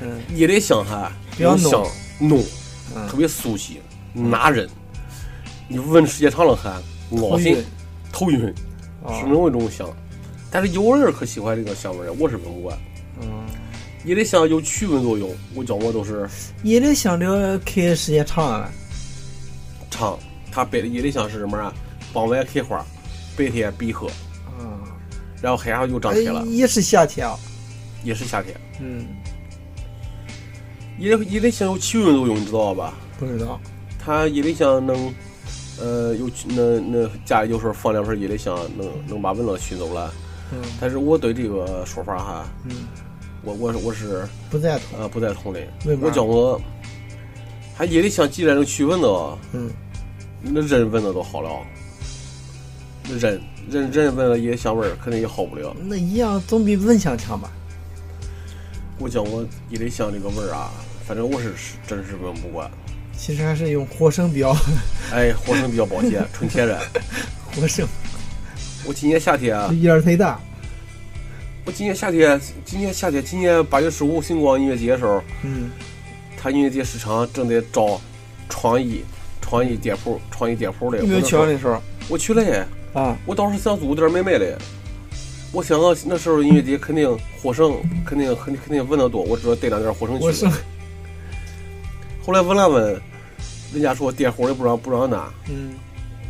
S2: 嗯，
S3: 夜来香还
S2: 比较浓
S3: 香浓，
S2: 嗯
S3: 特别酥气，拿人。你闻时间长了还恶
S2: 头
S3: 心
S2: 晕、
S3: 头晕，是那
S2: 哦，
S3: 种一种香。但是有人可喜欢这个香味儿，我是闻不惯。
S2: 嗯，
S3: 夜来香有驱蚊作用，我觉我都是
S2: 夜里香这个开的时间长了，
S3: 尝。它白的夜来香是什么啊？傍晚开花，白天闭合，
S2: 啊，
S3: 然后黑上就张
S2: 哎
S3: 开了，
S2: 也是夏天啊。
S3: 也是夏天。
S2: 嗯，
S3: 夜夜来香有驱蚊作用，你知道吧？
S2: 不知道。
S3: 它夜来香能，呃，有驱那那家里有时候放两盆夜来香，能能把蚊子驱走了。
S2: 嗯
S3: 但是我对这个说法哈，
S2: 嗯，
S3: 我我我是
S2: 不赞同。
S3: 呃不赞同的
S2: 为。嘛
S3: 我觉我，还夜里香既然能驱蚊子，
S2: 嗯，
S3: 那人蚊子都好了，那人人人闻了夜香味儿肯定也好不了。
S2: 那一样总比蚊香强吧？
S3: 我觉我夜里香这个味儿啊，反正我是是真是闻不惯。
S2: 其实还是用活生比较 *laughs*
S3: 哎，活性比较保健，纯天然。
S2: 活生，
S3: 我今年夏天啊，
S2: 烟儿忒大。
S3: 我今年夏天，今年夏天，今年八月十五星光音乐节的时候，
S2: 嗯
S3: 他音乐节市场正在招创意、创意店铺、创意店铺嘞。
S2: 你没
S3: 我
S2: 去啊
S3: 那时候
S2: 那时候
S3: 我去了耶，
S2: 啊？
S3: 我当时想租点买卖嘞。我想啊，那时候音乐节肯定获胜，肯定肯定肯定问的多，我只要带两件获胜
S2: 我
S3: 去
S2: 生
S3: 了。后来问了问，人家说店活的不让不让拿，
S2: 嗯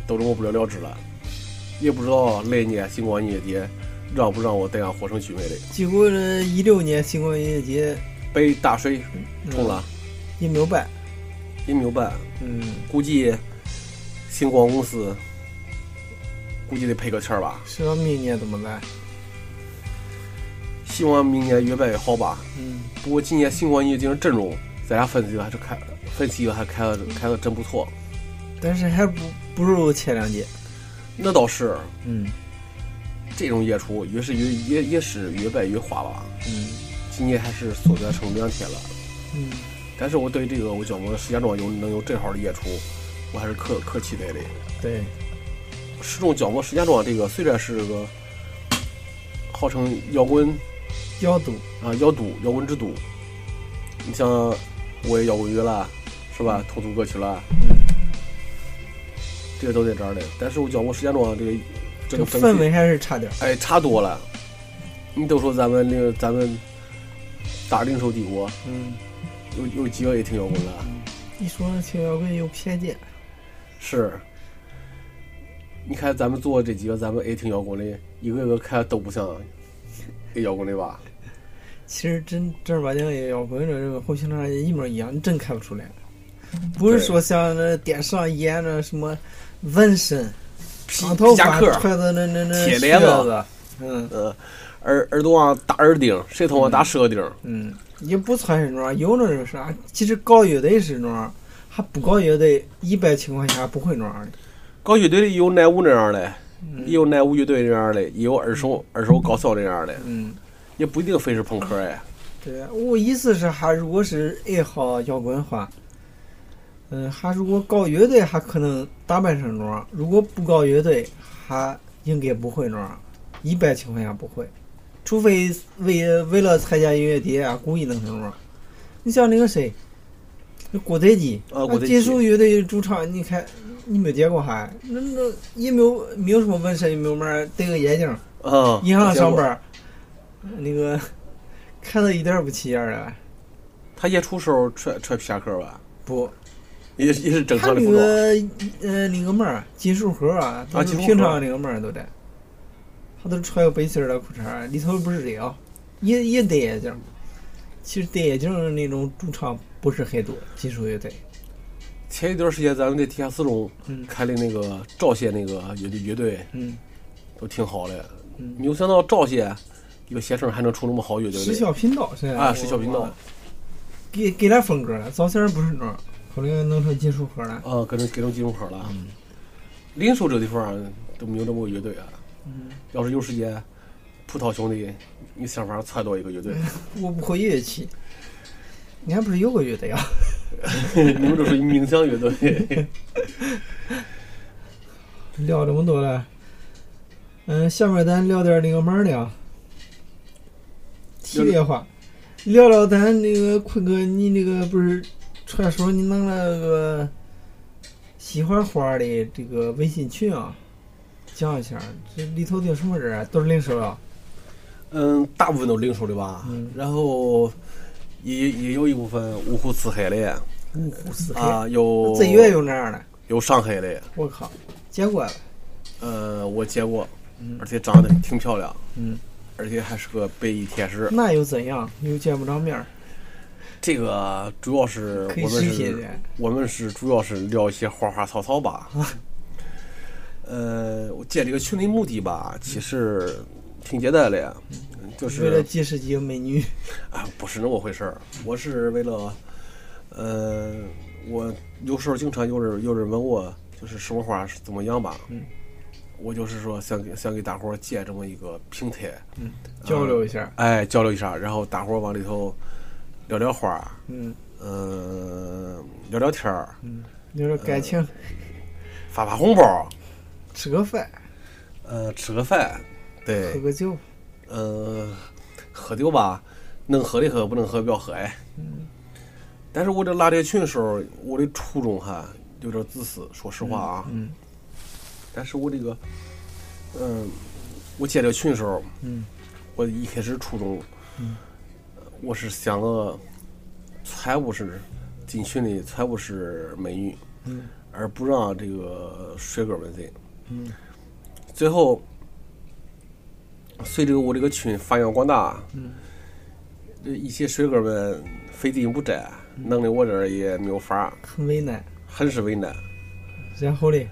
S3: 都这么不了了之了，也不知道来年星光音乐节让不让我带上获胜去买嘞。
S2: 结果这一六年星光音乐节
S3: 被大水
S2: 嗯
S3: 冲了，
S2: 也没有办。
S3: 也没有办。
S2: 嗯，
S3: 估计星光公司估计得赔个钱儿吧。
S2: 知道明年怎么办？
S3: 希望明年越办越好吧。
S2: 嗯，
S3: 不过今年星光音乐节的阵容，咱俩分析了还是开分析了还开的开的真不错。
S2: 但是还不不如前两届。
S3: 那倒是，
S2: 嗯
S3: 这种演出也是越也也是越办越花吧。
S2: 嗯
S3: 今年还是缩短成两天了，
S2: 嗯
S3: 但是我对这个我觉得我石家庄有能有这号的演出，我还是可可期待的。
S2: 对，
S3: 石众角膜石家庄这个虽然是个号称摇滚
S2: 妖毒，
S3: 啊摇都摇滚之都，你像我也摇滚乐啦，是吧？通俗歌曲啦，
S2: 嗯
S3: 这个都在这儿的。但是我角膜石家庄这个
S2: 这
S3: 这个
S2: 个
S3: 整
S2: 氛
S3: 体
S2: 围还是差点儿。
S3: 哎，差多了。你都说咱们那个咱们打零售帝国，
S2: 嗯，
S3: 有有几个也挺摇滚的，
S2: 一说轻摇滚有偏见，
S3: 是。你看咱们做这几个，咱们也挺摇滚的，一个个看都不像也摇滚的吧？
S2: 其实真正儿八经也摇滚的这个后形上也一模一样，你真看不出来。不是
S3: 对
S2: 说像那点上演的什么纹身、
S3: 皮
S2: 长
S3: 皮
S2: 头
S3: 夹
S2: 发、
S3: 克，
S2: 穿的那那那
S3: 铁链子
S2: 靴子，嗯
S3: 嗯，耳耳朵上打耳钉，谁头上打舌钉？
S2: 嗯，也不穿身装，有那种啥，其实搞乐队是那样，还不搞乐队，一般情况下不会那样的。
S3: 搞乐队的有奶舞那样的，
S2: 嗯
S3: 也有奶舞乐队那样的，也有二手二手搞笑那样的，
S2: 嗯，
S3: 也不一定非是朋克哎。
S2: 对，我意思是，还如果是爱好摇滚的话，嗯，还如果搞乐队，还可能打扮成那样；如果不搞乐队，还应该不会那样，一般情况下不会，除非为为了参加音乐节啊，故意弄成那样。你像那个谁，那古德基，
S3: 啊古德基
S2: 金属乐队主唱，你看你没见过还，那那也没有没有什么纹身，也没有嘛，戴个眼镜，
S3: 啊，
S2: 银行上班
S3: 我见过，
S2: 儿，那个看着一点儿不起眼儿啊！
S3: 他演出时候穿穿皮夹克吧，
S2: 不，
S3: 也也是正
S2: 他
S3: 常的
S2: 那
S3: 服装。
S2: 个呃那个嘛儿，金属盒儿啊，都
S3: 啊
S2: 是
S3: 金属
S2: 平
S3: 盒儿
S2: 常那个嘛儿都得，他都穿个背心儿的裤衩儿，里头不是这个，也也戴眼镜儿。其实戴眼镜儿的那种主唱不是很多，金属乐队。
S3: 前一段时间咱们在地下四中
S2: 嗯
S3: 开的那个赵县那个乐队乐队
S2: 嗯，
S3: 都挺好的，
S2: 嗯
S3: 没有想到赵县一个县城还能出那么好乐队
S2: 石
S3: 的
S2: 小频道是吧
S3: 啊！石小频道，
S2: 给给点风格了，早先儿不是那样，后来弄成金属盒儿了。
S3: 啊，各种各种金融口了。临手这地方啊都没有这么个乐队啊。要是有时间，葡萄兄弟，你想法再多一个乐队， *laughs*
S2: 我不会乐器，你还不是有个乐队啊？
S3: 你们这是冥想乐
S2: *laughs*
S3: 队。
S2: 聊这么多了，嗯，下面咱聊点那个嘛儿的啊，系列化，聊聊咱那个坤哥，你那个不是传说你弄了个喜欢花的这个微信群啊，讲一下这里头都有什么人啊，都是零售啊，
S3: 嗯，大部分都是零售的吧，
S2: 嗯
S3: 然后也也有一部分五湖四海的
S2: 五湖嗯四海，
S3: 啊，有
S2: 这月有那样的，
S3: 有上海的，
S2: 我靠，结果了，
S3: 呃，我见过
S2: 嗯，
S3: 而且长得挺漂亮，
S2: 嗯，
S3: 而且还是个北医天使。
S2: 那又怎样？又见不着面儿，
S3: 这个主要是
S2: 可以
S3: 我们
S2: 实现
S3: 是
S2: 的，
S3: 我们是主要是聊一些花花草草吧。
S2: 啊
S3: 呃，我建这个群的目的吧，其实挺简单的，就
S2: 为了
S3: 是
S2: 几十几个美女，
S3: 啊，不是那么回事儿。我是为了，呃，我有时候经常有人有人问我，就是什么花是怎么样吧。
S2: 嗯
S3: 我就是说想给想给大伙儿建这么一个平台，
S2: 交流一下，
S3: 哎，交流一下，然后大伙儿往里头聊聊花儿，
S2: 嗯，
S3: 嗯、聊聊天儿，
S2: 聊聊感情，
S3: 发发红包，
S2: 吃个饭。
S3: 呃，吃个饭，
S2: 喝
S3: 对，
S2: 个酒，
S3: 呃，喝酒吧，能喝的喝，不能喝不要喝哎。但是我这拉这群的时候，我的初衷哈有点自私，说实话啊。
S2: 嗯嗯
S3: 但是我这个，嗯、我建这群的时候，
S2: 嗯
S3: 我一开始初衷，我是想个财务是进群里财务是美女，
S2: 嗯
S3: 而不让这个水哥们进。
S2: 嗯
S3: 最后，随着我这个群发扬光大，
S2: 嗯
S3: 这一些水哥们非进不摘，
S2: 嗯
S3: 弄得我这儿也没有法儿，
S2: 很为难。
S3: 很是为难。
S2: 然后嘞，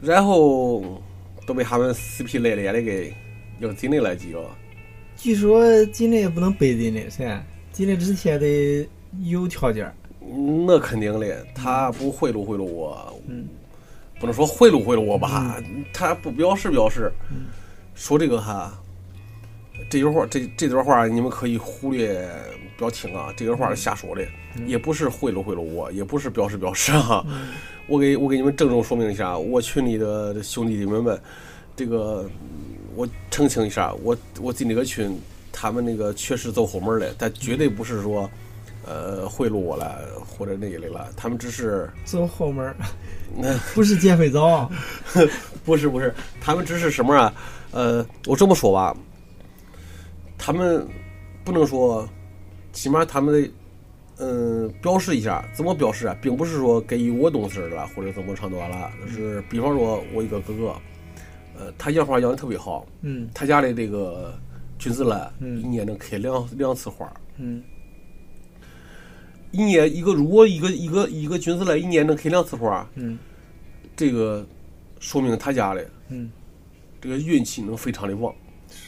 S3: 然后都被他们死皮赖脸的给硬进来哦了几个。
S2: 据说进来也不能白进来，是吧？进来之前得有条件儿。
S3: 那肯定的，他不贿赂贿赂我，
S2: 嗯
S3: 不能说贿赂贿赂我吧，他不表示表示，说这个哈，这句话，这这段话你们可以忽略不要听啊，这段话是瞎说的，也不是贿赂贿赂我，也不是表示表示啊。我给我给你们郑重说明一下，我群里的兄弟姐妹们，这个嗯我澄清一下，我我进这个群，他们那个确实走后门了，但绝对不是说。呃，贿赂我了，或者那一类了，他们只是 *laughs*
S2: 走后门 *laughs* 儿，不是减肥皂，
S3: 不是不是，他们只是什么啊？呃，我这么说吧，他们不能说，起码他们得，嗯、表示一下，怎么表示啊？并不是说给予我东西了，或者怎么长短了，就是比方说，我一个哥哥，呃，他养花养的特别好，
S2: *laughs* 嗯
S3: 他家的这个君子兰，
S2: 嗯
S3: 一年能开两两次花儿，
S2: 嗯
S3: 一年一个如果一个一个一个君子兰一年能开两次花儿，
S2: 嗯
S3: 这个说明他家的
S2: 嗯，
S3: 这个运气能非常的旺。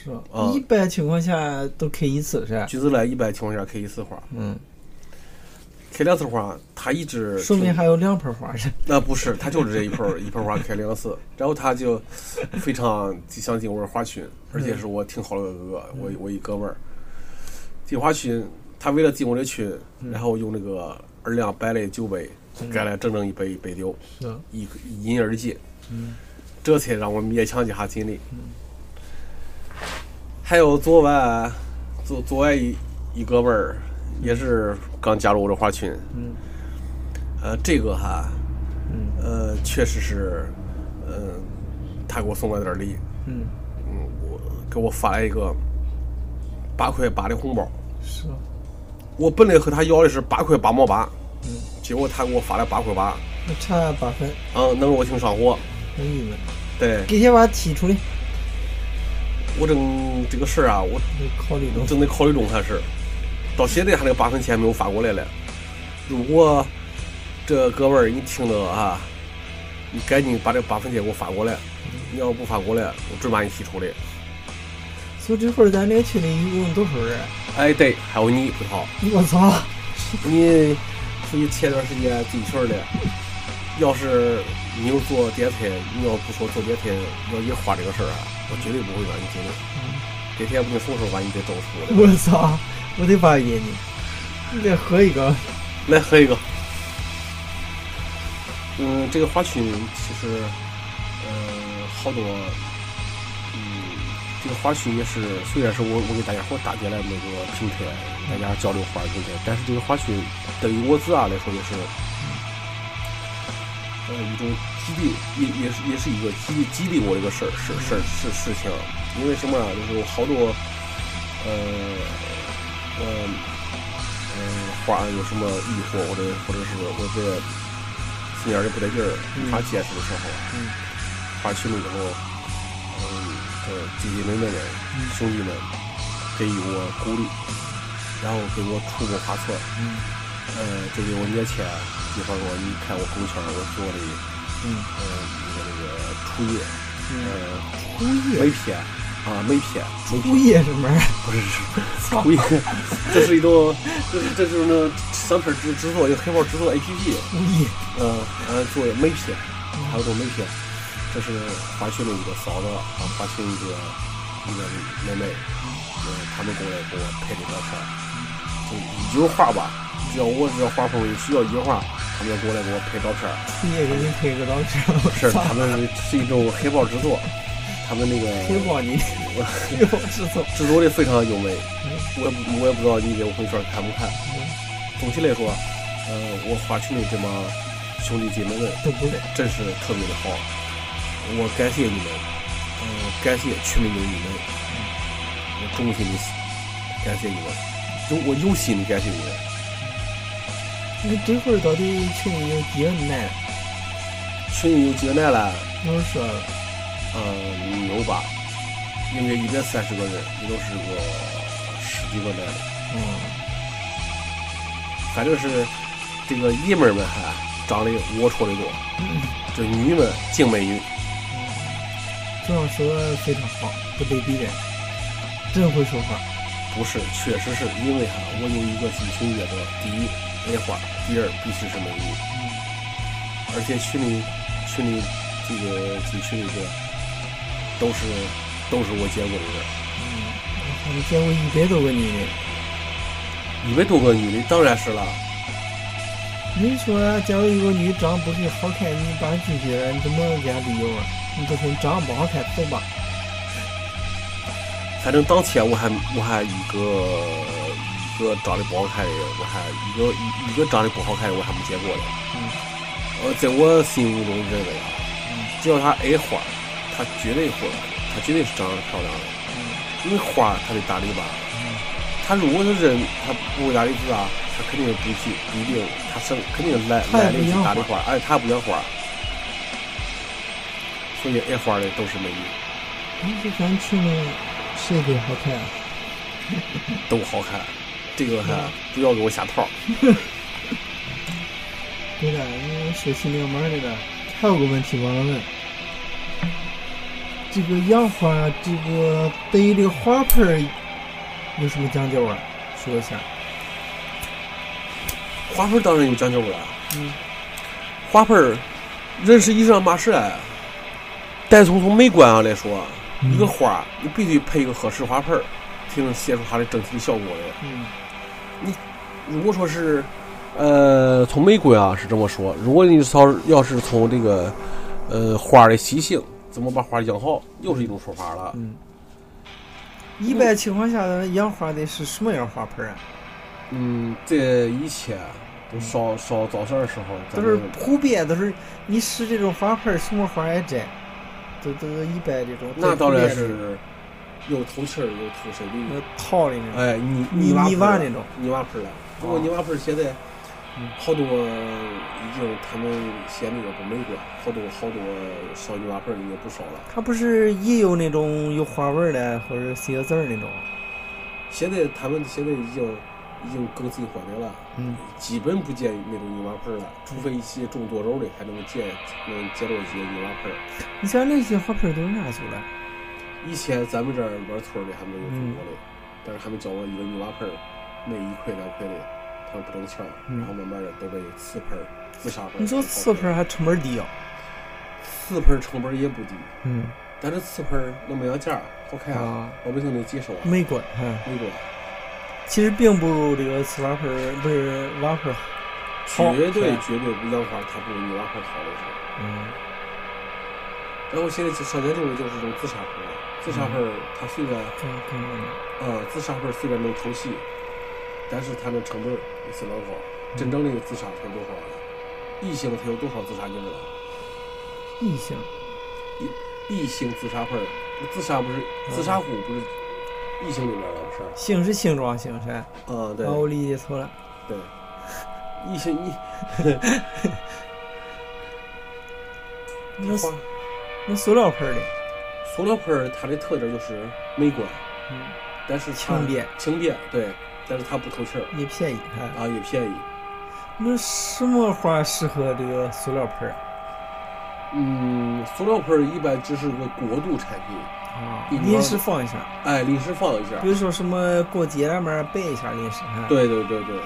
S2: 是
S3: 啊
S2: 一般情况下都开一次是吧？
S3: 橘子兰一般情况下开一次花，
S2: 嗯，
S3: 开两次花，它一直
S2: 说明还有两盆花是吧。
S3: 那呃不是，它就是这一盆儿一盆花开两次，然后他就非常想进我的花群，而且是我挺好的个哥哥，我我一哥们儿进花群，他为了进我这群，然后用那个二两白的酒杯干了整整一杯一杯酒，
S2: 嗯
S3: 一一饮而尽，这才让我勉强一下尽力。还有昨晚，昨昨晚一一哥们儿也是刚加入我的花群，
S2: 嗯
S3: 呃，这个哈，
S2: 嗯
S3: 呃，确实是，呃，他给我送了点儿礼，
S2: 嗯，
S3: 嗯，我给我发了一个八块八的红包，
S2: 是
S3: 我本来和他要的是八块八毛八，
S2: 嗯
S3: 结果他给我发了八块八，
S2: 那差八分，
S3: 啊，弄得我挺上火，
S2: 没意思。
S3: 对
S2: 给些娃踢出来，
S3: 我正这个事儿啊，我
S2: 得考虑中。
S3: 正在考虑中还是，到现在他那个八分钱没有发过来嘞。如果这哥们儿你听着啊，你赶紧把这八分钱给我发过来，你要不发过来，我准把你踢出来。
S2: 所以这会儿咱这群里一共多少人啊？
S3: 哎，对，还有你葡萄，
S2: 我操！
S3: 你出去前段时间进群儿了，要是你有做电台，你要不说做电台要一花这个事儿啊，我绝对不会让你进的。这天不定什么时候把你给整出来。
S2: 我操！我得发给你，你得喝一个。
S3: 来喝一个。嗯，这个花群其实，呃，好多，嗯，这个花群也是，虽然是我我给大家伙搭建了那个平台，大家交流花儿平台，但是这个花群对于我自己来说也是，呃，一种激励，也也是也是一个激励激励我这个事儿事事事事情，因为什么啊？就是有好多，呃，呃。嗯，花有什么疑惑或者或者是我这心眼儿里不得劲儿，无法解释的时候，
S2: 嗯
S3: 花群里头，嗯，呃，姐姐妹妹们、兄弟们给予我鼓励，然后给我出谋划策，
S2: 嗯
S3: 呃，给予我面前，比方说你看我朋友圈儿我做的，
S2: 嗯嗯
S3: 呃，一个那个初夜，呃，
S2: 初夜
S3: 没篇啊，没篇，没篇
S2: 初夜什么玩意儿？
S3: 不是，不一样，这是一种，这是这就是那商品制制作，一个黑豹制作 APP，
S2: 初夜。
S3: 嗯、呃，然后做媒体，还有种媒体，这是华区的一个嫂子，啊，华区一个一个妹妹，嗯，他们过来给我配这张画，就一句话吧，只要我只要画风需要一句话，他们就过来给我配照片儿，
S2: 初夜给你配个照片。我
S3: 是
S2: 操
S3: 他们是一种黑豹制作，他们那个
S2: 黑豹你，黑豹制作。
S3: 制作的非常优美，我也不我也不知道你给我朋友圈看不看。总体来说，呃，我花群里这帮兄弟姐妹们
S2: 都不累。
S3: 真是特别的好，啊我感谢你们，呃，感谢群里有你们，我衷心的感谢你们，就我用心的感谢你们。
S2: 你这会儿到底群里有几个男？
S3: 群里有几个奶奶？
S2: 我说了，
S3: 嗯，有吧，应该一百三十个人，也就是个十几个奶奶。
S2: 嗯，
S3: 反正是这个爷们儿们还长得龌龊的多，这女们净美女，
S2: 这样说得非常好，不得逼人，真会说话。
S3: 不是，确实是因为哈，我有一个进群原则，第一爱花，第二必须是美女，而且群里群里这个进群里的都是都是我见过的人，
S2: 嗯，我们见过一百多个女的。
S3: 一百多个女的当然是了，
S2: 你说、假如一个女长不是好看，你把她拒绝了，你怎么给她理由啊？你都说你长得不好看，走吧。
S3: 反正当前我还我还一个一个长得不好看的人，我还一个一一个长得不好看的我还没见过呢。
S2: 嗯
S3: 呃，在我心目中认为啊，
S2: 嗯
S3: 只要她爱花，她绝对会，她绝对是长得漂亮的。因为花她得打理吧，她如果是人，她不打理自啊，她肯定不去，不一定，她生肯定懒
S2: 她也
S3: 懒得
S2: 不
S3: 去
S2: 养
S3: 打理
S2: 花
S3: 花，而且她不养花，所以爱花的都是美女，
S2: 你这咱去了，谁最好看啊？
S3: 都好看。这个还不要给我下套，
S2: 对了，你说起这个门儿来了，还有个问题忘了问。这个养花，这个备这个花盆儿有什么讲究啊？说一下。
S3: 花盆当然有讲究了。
S2: 嗯，
S3: 花盆儿，人是一上马是哎。但从从美观上来说，啊
S2: 嗯
S3: 一个花儿你必须配一个合适花盆儿，才能显出它的整体的效果来。
S2: 嗯
S3: 如果说是，呃，从美观啊是这么说，如果你要是要是从这个，呃，花儿的习性，怎么把花儿养好，又是一种说法了。
S2: 嗯。一般情况下，养花得是什么样花盆儿啊？
S3: 嗯，在以前，都烧烧早市的时候，
S2: 嗯都
S3: 咱
S2: 是
S3: 们
S2: 普遍都是你使这种花盆儿，什么花也摘，都都是一般这种。
S3: 那当然
S2: 最普遍的
S3: 是有头气儿，有头身
S2: 那
S3: 绿。
S2: 个套的那种。
S3: 哎，泥
S2: 泥
S3: 泥
S2: 泥
S3: 盆
S2: 瓦
S3: 儿
S2: 那种。
S3: 泥瓦盆儿了。啊不过泥瓦盆儿现在
S2: 嗯
S3: 好多已经他们嫌这个不美观，好多好多烧泥瓦盆儿的也不少了。
S2: 它不是也有那种有花纹儿的，或者写字儿那种？
S3: 现在他们现在已经已经更新换代了，
S2: 嗯，
S3: 基本不见那种泥瓦盆儿了，除非一些种多肉的还能见能见到一些泥瓦盆儿。
S2: 你像那些花盆儿都是哪去了？
S3: 以前咱们这儿玩村儿的还没有种
S2: 嗯
S3: 过的，但是还没教过一个泥瓦盆儿，那一块两块的，他们不挣钱儿，
S2: 嗯
S3: 然后慢慢的都被瓷盆儿、紫砂盆儿。
S2: 你说瓷盆儿还成本低啊？
S3: 瓷盆儿成本也不低，
S2: 嗯，
S3: 但是瓷盆儿那么样价儿好看啊
S2: 啊，
S3: 老百姓能接受啊。
S2: 没管嗯，
S3: 美国
S2: 其实并不如这个瓷瓦盆儿，不是瓦盆儿好。好
S3: 绝
S2: 是啊
S3: 对
S2: 吧
S3: 绝对不养花，它不如泥瓦盆儿好的是。
S2: 嗯
S3: 然后现在上研究的就是这种自杀盆儿，自杀盆儿它虽然
S2: 这更那
S3: 呃自杀盆儿虽然能透气，但是它的成本儿也相当高。真正的自杀盆儿多少啊？异性它有多少自杀啊精了？
S2: 个异性，
S3: 异性自杀盆儿，自杀不是自
S2: 嗯
S3: 杀虎不是异性里面的事儿？
S2: 性是性状性噻。
S3: 啊、对
S2: 啊，我理解错了。
S3: 对，异性异
S2: 那
S3: 花
S2: 那塑料盆儿的，
S3: 塑料盆儿它的特点就是美观，
S2: 嗯，
S3: 但是它
S2: 轻便，
S3: 轻便对，但是它不透气儿
S2: 也便宜哈。
S3: 啊，也便宜。
S2: 那什么花适合这个塑料盆儿
S3: 嗯，塑料盆儿一般只是个过渡产品，
S2: 啊？
S3: 比如
S2: 临时放一下。
S3: 哎，临时放一下
S2: 比。如说什么过节了嘛，备一下零食。哈。
S3: 对对对对，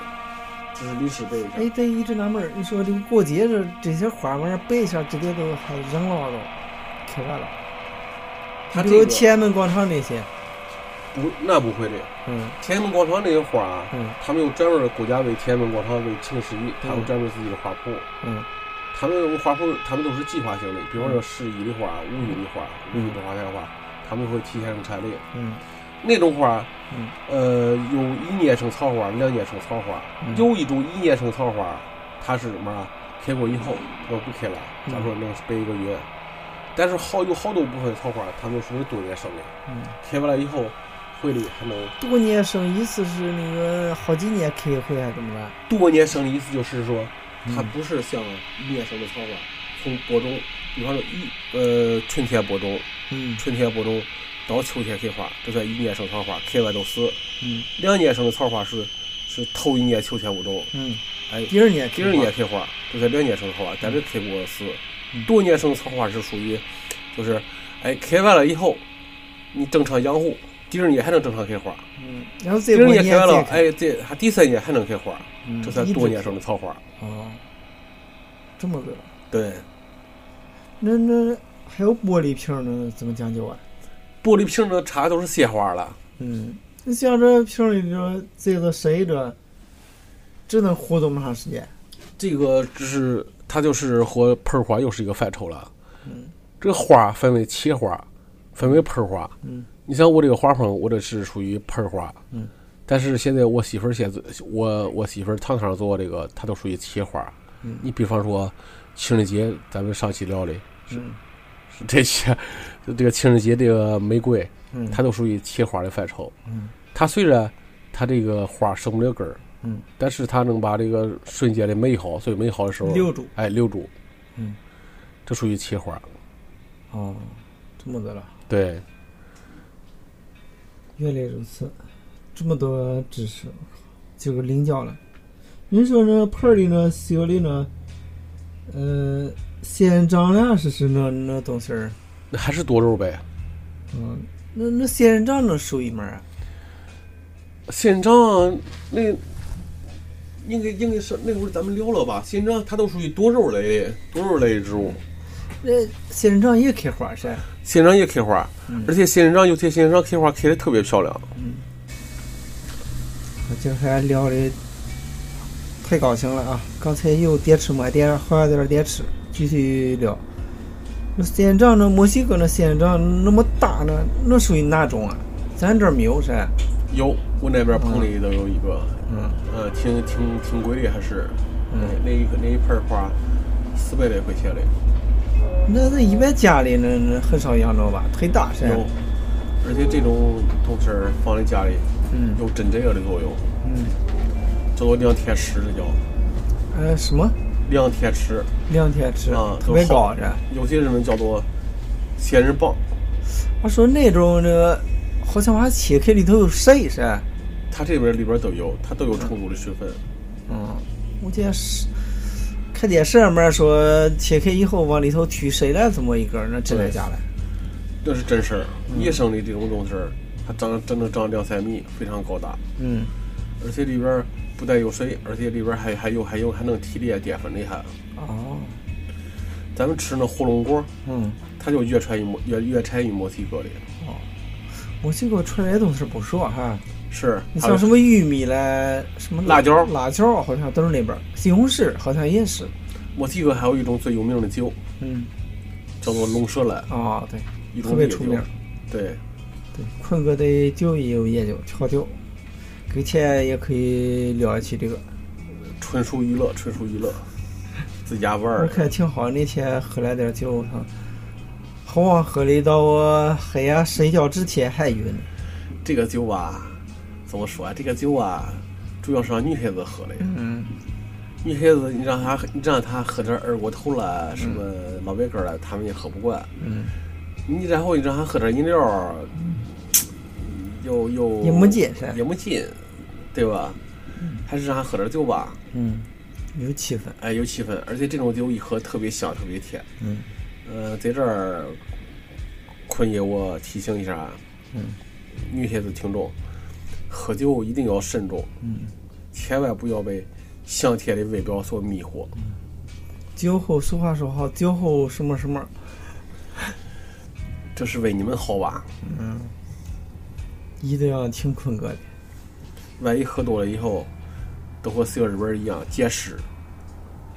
S3: 只是临时备一下。
S2: 哎，对，一直纳闷儿，你说这个过节这这些花玩意儿备一下，直接都还扔了都，开完了。
S3: 它
S2: 比
S3: 这
S2: 如
S3: 个
S2: 天安门广场那些，
S3: 不，那不会的。
S2: 嗯
S3: 天安门广场那些花儿，
S2: 嗯
S3: 他们有专门儿国家为天安门广场为庆十一，他们有专门儿自己的花圃。
S2: 嗯
S3: 他们有花圃，他们都是计划性的，比方说十一的花、五一的花、五一的花开花，他们会提前产类。
S2: 嗯
S3: 那种花，
S2: 嗯
S3: 呃，有一年生草花，两年生草花，
S2: 嗯
S3: 有一种一年生草花，它是什么啊？开过以后它不开了，
S2: 嗯
S3: 假如说能备一个月。但是好有好多部分草花，它们属于多年生的，
S2: 嗯，
S3: 开完了以后，回来还能
S2: 多年生一次是那个好几年开一回还怎么办？
S3: 多年生的意思就是说，它
S2: 嗯
S3: 不是像一年生的草花，从播种，比方说一呃春天播种，
S2: 嗯
S3: 春天播种到秋天开花，这算一年生草花，开完都死。
S2: 嗯
S3: 两年生的草花是是头一年秋天播种，
S2: 嗯，
S3: 哎，
S2: 第二年
S3: 第
S2: 开
S3: 二
S2: 花
S3: 年开花，就在两年生的花，但是开过死
S2: 嗯。
S3: 多年生的草花是属于，就是，哎，开完了以后，你正常养护，第二年还能正常开花，
S2: 嗯，然后
S3: 第
S2: 再
S3: 二
S2: 过
S3: 年开完了
S2: 再，开，
S3: 哎，这还第三年还能开花，
S2: 嗯
S3: 这才
S2: 一直
S3: 多年生的草花。
S2: 哦，这么个，
S3: 对，
S2: 那那还有玻璃瓶儿呢，怎么讲究啊？
S3: 玻璃瓶的茶都是鲜花了，
S2: 嗯，你像这瓶里这这个谁这，这能活这么长时间？
S3: 这个只是它就是和盆花又是一个范畴了。这个花分为切花，分为盆花。
S2: 嗯，
S3: 你像我这个花盆，我这是属于盆花。
S2: 嗯，
S3: 但是现在我媳妇儿现在我我媳妇儿常常做这个，她都属于切花。
S2: 嗯
S3: 你比方说情人节，咱们上期聊的
S2: 嗯
S3: 是这些，就这个情人节这个玫瑰，
S2: 嗯，
S3: 它都属于切花的范畴。
S2: 嗯，
S3: 它虽然它这个花生不了根儿，
S2: 嗯，
S3: 但是它能把这个瞬间的美好，最美好的时候
S2: 六株
S3: 哎，留住。
S2: 嗯，
S3: 这属于切花。
S2: 哦，这么的了，
S3: 对，
S2: 原来如此，这么多知识，这个领教了。你说这盆儿里那小的那，呃，仙丈量是是那那东西儿，
S3: 那还是多肉呗。
S2: 嗯，那那仙人掌能收一门儿啊？
S3: 仙丈啊那应该应该是那会儿咱们聊了吧？仙丈它都属于多肉类的多肉类植物，
S2: 那仙人掌也开花噻？
S3: 仙丈也开花，
S2: 嗯
S3: 而且仙丈有些仙丈开花开的特别漂亮。
S2: 我这还聊的太高兴了啊！刚才又电池没电，花点电池，继续聊。那仙人掌，那墨西哥那仙人掌那么大呢，那属于哪种啊？咱这儿没有噻。
S3: 有，我那边棚里都有一个，
S2: 嗯，
S3: 呃，挺挺挺贵的，还是，那那一个那一盆花四百来块钱嘞，
S2: 那那一般家里那那很少养着吧，忒大噻。
S3: 有，而且这种东西儿放在家里
S2: 嗯
S3: 有镇静的作用，
S2: 嗯，
S3: 叫做凉天池，这叫
S2: 呃，什么
S3: 凉天池。
S2: 两天吃，
S3: 啊
S2: 特别
S3: 都好
S2: 高噻。
S3: 有些人们叫做仙人棒，
S2: 他说那种那个好像把它切开里头有水噻。
S3: 它这边里边都有，它都有充足的水分。
S2: 嗯，我记得是看电视上面说切开以后往里头取水了，这么一根儿，那真的假的？
S3: 这是真事儿，
S2: 嗯
S3: 野生的这种东西儿，它长真能长两三米，非常高大，
S2: 嗯，
S3: 而且里边不但有水，而且里边还还有还有还能提炼淀粉的还。
S2: 哦，
S3: 咱们吃那火龙果，
S2: 嗯，
S3: 它就原产于墨原原产于墨西哥的，
S2: 墨西哥出来的东西不说哈，
S3: 是
S2: 你
S3: 它
S2: 像什么玉米嘞，什么
S3: 辣椒
S2: 辣椒好像都是那边儿，西红柿好像也是，
S3: 墨西哥还有一种最有名的酒，
S2: 嗯，
S3: 叫做龙舌兰，
S2: 哦，对，
S3: 一种
S2: 特别
S3: 烈
S2: 出
S3: 酒
S2: 名。
S3: 对，
S2: 对，坤哥对酒也有研究，调酒，给钱也可以聊一期这个。
S3: 纯属娱乐，纯属娱乐，自家玩
S2: 我
S3: 儿。
S2: 看挺好，那天喝了点酒，哈，好望喝了到我黑夜睡觉之前还晕。
S3: 这个酒啊，怎么说啊？这个酒啊，主要是让女孩子喝的。
S2: 嗯，
S3: 女孩子，你让她，你让她喝点二锅头了，什么老白干了，她们也喝不惯。
S2: 嗯。
S3: 你然后你让她喝点饮料，又又
S2: 也没劲是吧
S3: 也没劲，对吧？还是让她喝点酒吧，
S2: 嗯，有气氛。
S3: 哎，有气氛。而且这种酒一喝特别香，特别甜。
S2: 嗯。
S3: 呃，在这儿，坤爷，我提醒一下，啊
S2: 嗯，
S3: 女孩子听众，喝酒一定要慎重，
S2: 嗯，
S3: 千万不要被香甜的外表所迷惑。
S2: 酒后俗话说好，酒后什么什么。
S3: 这是为你们好吧？
S2: 嗯，一定要听坤哥的。
S3: 万一喝多了以后，都和小日本一样
S2: *laughs*
S3: 结石。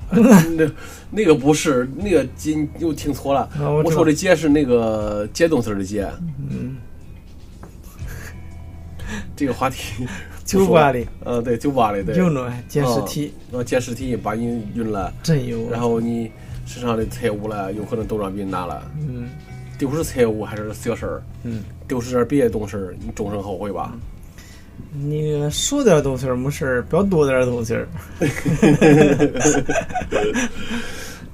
S3: 啊那那个不是，那个你又听错了。
S2: 啊我知道
S3: 我说的结是那个结东西儿的结。
S2: 嗯，
S3: *laughs* 这个话
S2: *laughs*
S3: 题不说
S2: 酒吧里，
S3: 呃，对，酒吧里对。
S2: 有呢，见尸体，
S3: 嗯，啊，捡尸体把你晕了，
S2: 真有。啊
S3: 然，后你身上的财物了，有可能都让别人拿了，
S2: 嗯
S3: 丢失财物还是小事儿，
S2: 嗯，
S3: 丢失点别的东西儿，你终身后悔吧。
S2: 你说点东西儿没事儿，不要多点东西儿。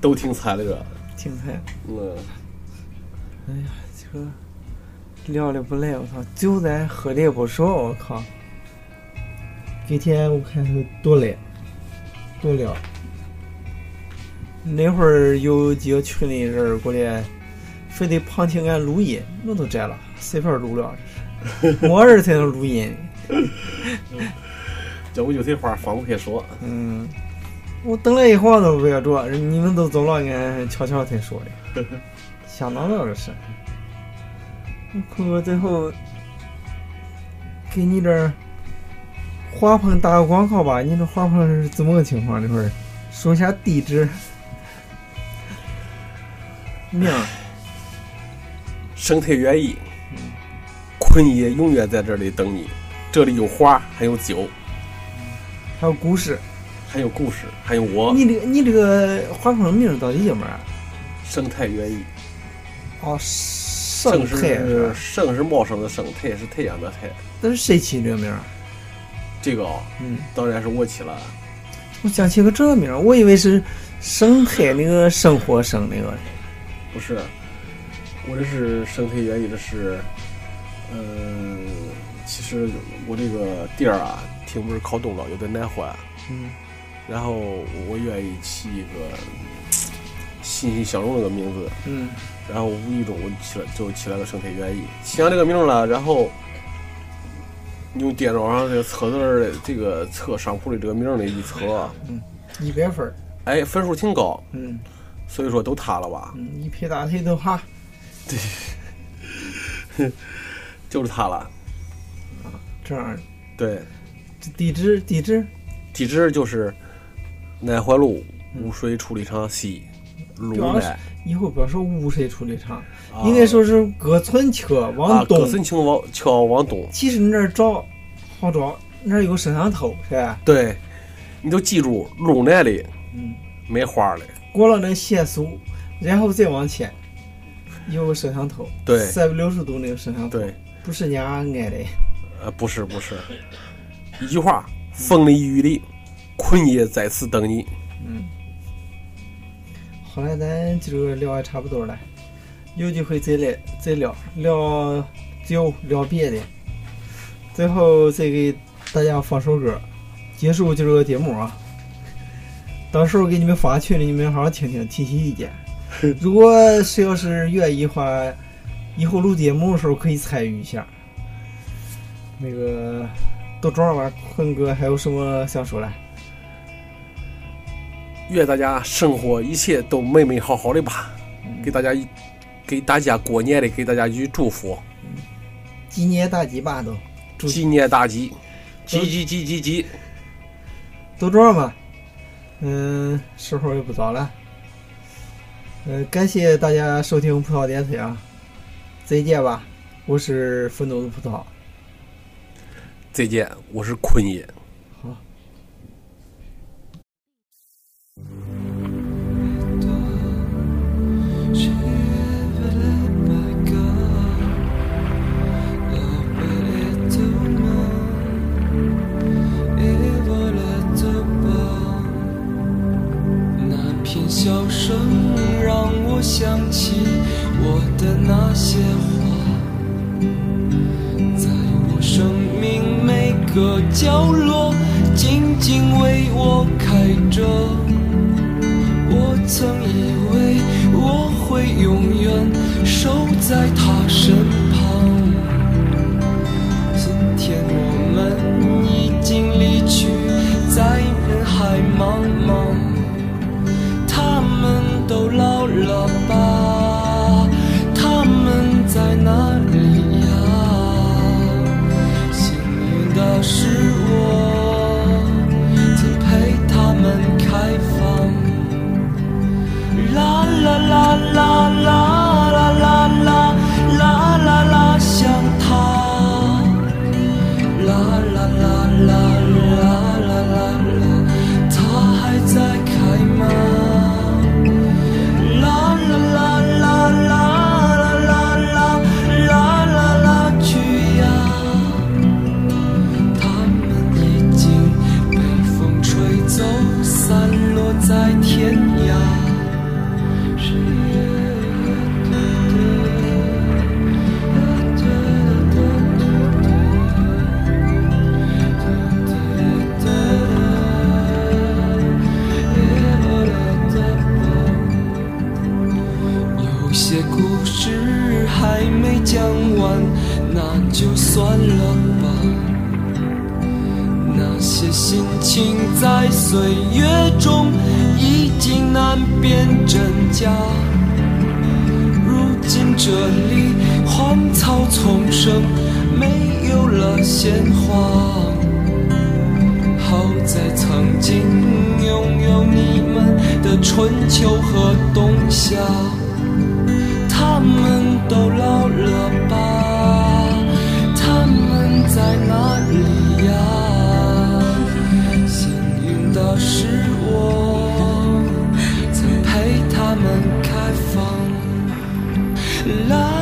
S3: 都挺惨的这，
S2: 听开。
S3: 嗯，
S2: 哎呀，这个聊的不赖，我操，酒咱喝的也不少，我靠。今天我看是多累，多聊。那会儿有几个群里人过来，非得旁听俺录音，我都摘了，随便录了，这 *laughs* 是没人才能录音。
S3: 这我有些话放不开说，
S2: 嗯，我等了一晃都不要着，你们都走了，俺悄悄才说的， *laughs* 想到了这是。坤哥最后给给你点儿花棚打个广告吧。你这花棚是怎么个情况？这会儿说一下地址。娘，
S3: 生态园艺，坤爷永远在这里等你。这里有花，还有酒，
S2: 还有故事。
S3: 还有故事，还有我。
S2: 你这个你这个花棚名儿到底叫嘛？
S3: 生态园艺，
S2: 哦，盛
S3: 盛
S2: 泰
S3: 是
S2: 啊是吧？
S3: 盛是茂盛的盛，太是太阳的太。
S2: 那是谁起这名儿？
S3: 这个啊，
S2: 嗯，
S3: 当然是我起了。
S2: 我想起个这名儿，我以为是生态那个生活生那个。
S3: 不是，我这是生态园艺，这是，呃，其实我这个地儿啊，挺不是靠东了，有点南环，
S2: 嗯，
S3: 然后我愿意起一个嘖欣欣向荣的一个名字，
S2: 嗯，
S3: 然后无意中我起了就起了个生态园艺，起完这个名儿了，然后用电脑啊上这个测字儿的这个测商铺的这个名儿的一测啊，
S2: 一百分儿，
S3: 哎，分数挺高，
S2: 嗯
S3: 所以说都塌了吧，
S2: 嗯，一拍大腿都哈。
S3: 就是塌了，
S2: 这样，
S3: 对。
S2: 这地址地址，
S3: 地址就是南环路污水处理厂西路
S2: 不要说
S3: 南，
S2: 以后不要说污水处理厂，应该说是各村车
S3: 啊
S2: 往，
S3: 各
S2: 东。
S3: 村请往桥往东。
S2: 其实你这儿找好找，那儿有摄像头是吧？
S3: 对，你就记住路南的
S2: 嗯，
S3: 卖花的，
S2: 过了那限速，然后再往前，有个摄像头，
S3: 对
S2: 三百六十度那个摄像头，
S3: 对，
S2: 不是人家挨的。
S3: 呃，不是不是，一句话，风里雨里，坤爷在此等你。
S2: 后来咱今儿聊也差不多了，有机会再来再聊聊酒，聊别的。最后再给大家放首歌，结束今儿个节目啊。到时候给你们发群里，你们好好听听，提提意见。啊如果谁要是愿意的话，以后录节目的时候可以参与一下。那个都这样吧，坤哥还有什么想说的？
S3: 愿大家生活一切都美美好好的吧，
S2: 嗯
S3: 给大家一给大家过年的给大家一句祝福，
S2: 鸡年大吉吧都，祝嗯
S3: 鸡年大吉，吉吉吉吉吉，
S2: 都这样吧，嗯，时候也不早了，呃，感谢大家收听葡萄电台啊，再见吧，我是愤怒的葡萄，
S3: 再见，我是坤爷。
S5: 那片笑声让我想起我的那些花，在我生命每个角落，静静为我开着。我曾以为我会永远守在她身旁。今天我们已经离去，在人海茫茫，他们都老了吧？他们在哪里呀？幸运的是我，曾陪他们开放。啦啦啦啦啦啦啦啦啦啦啦，想他。啦啦啦啦啦啦啦啦，他还在开吗？啦啦啦啦啦啦啦啦啦啦啦，去呀！它们已经被风吹走，散落在天涯。有些故事还没讲完，那就算了吧。那些心情在岁月中已经难辨真假。如今这里荒草丛生，没有了鲜花。好在曾经拥有你们的春秋和冬夏，他们都老了吧？他们在哪里呀？幸运的是我曾陪他们开放。啦。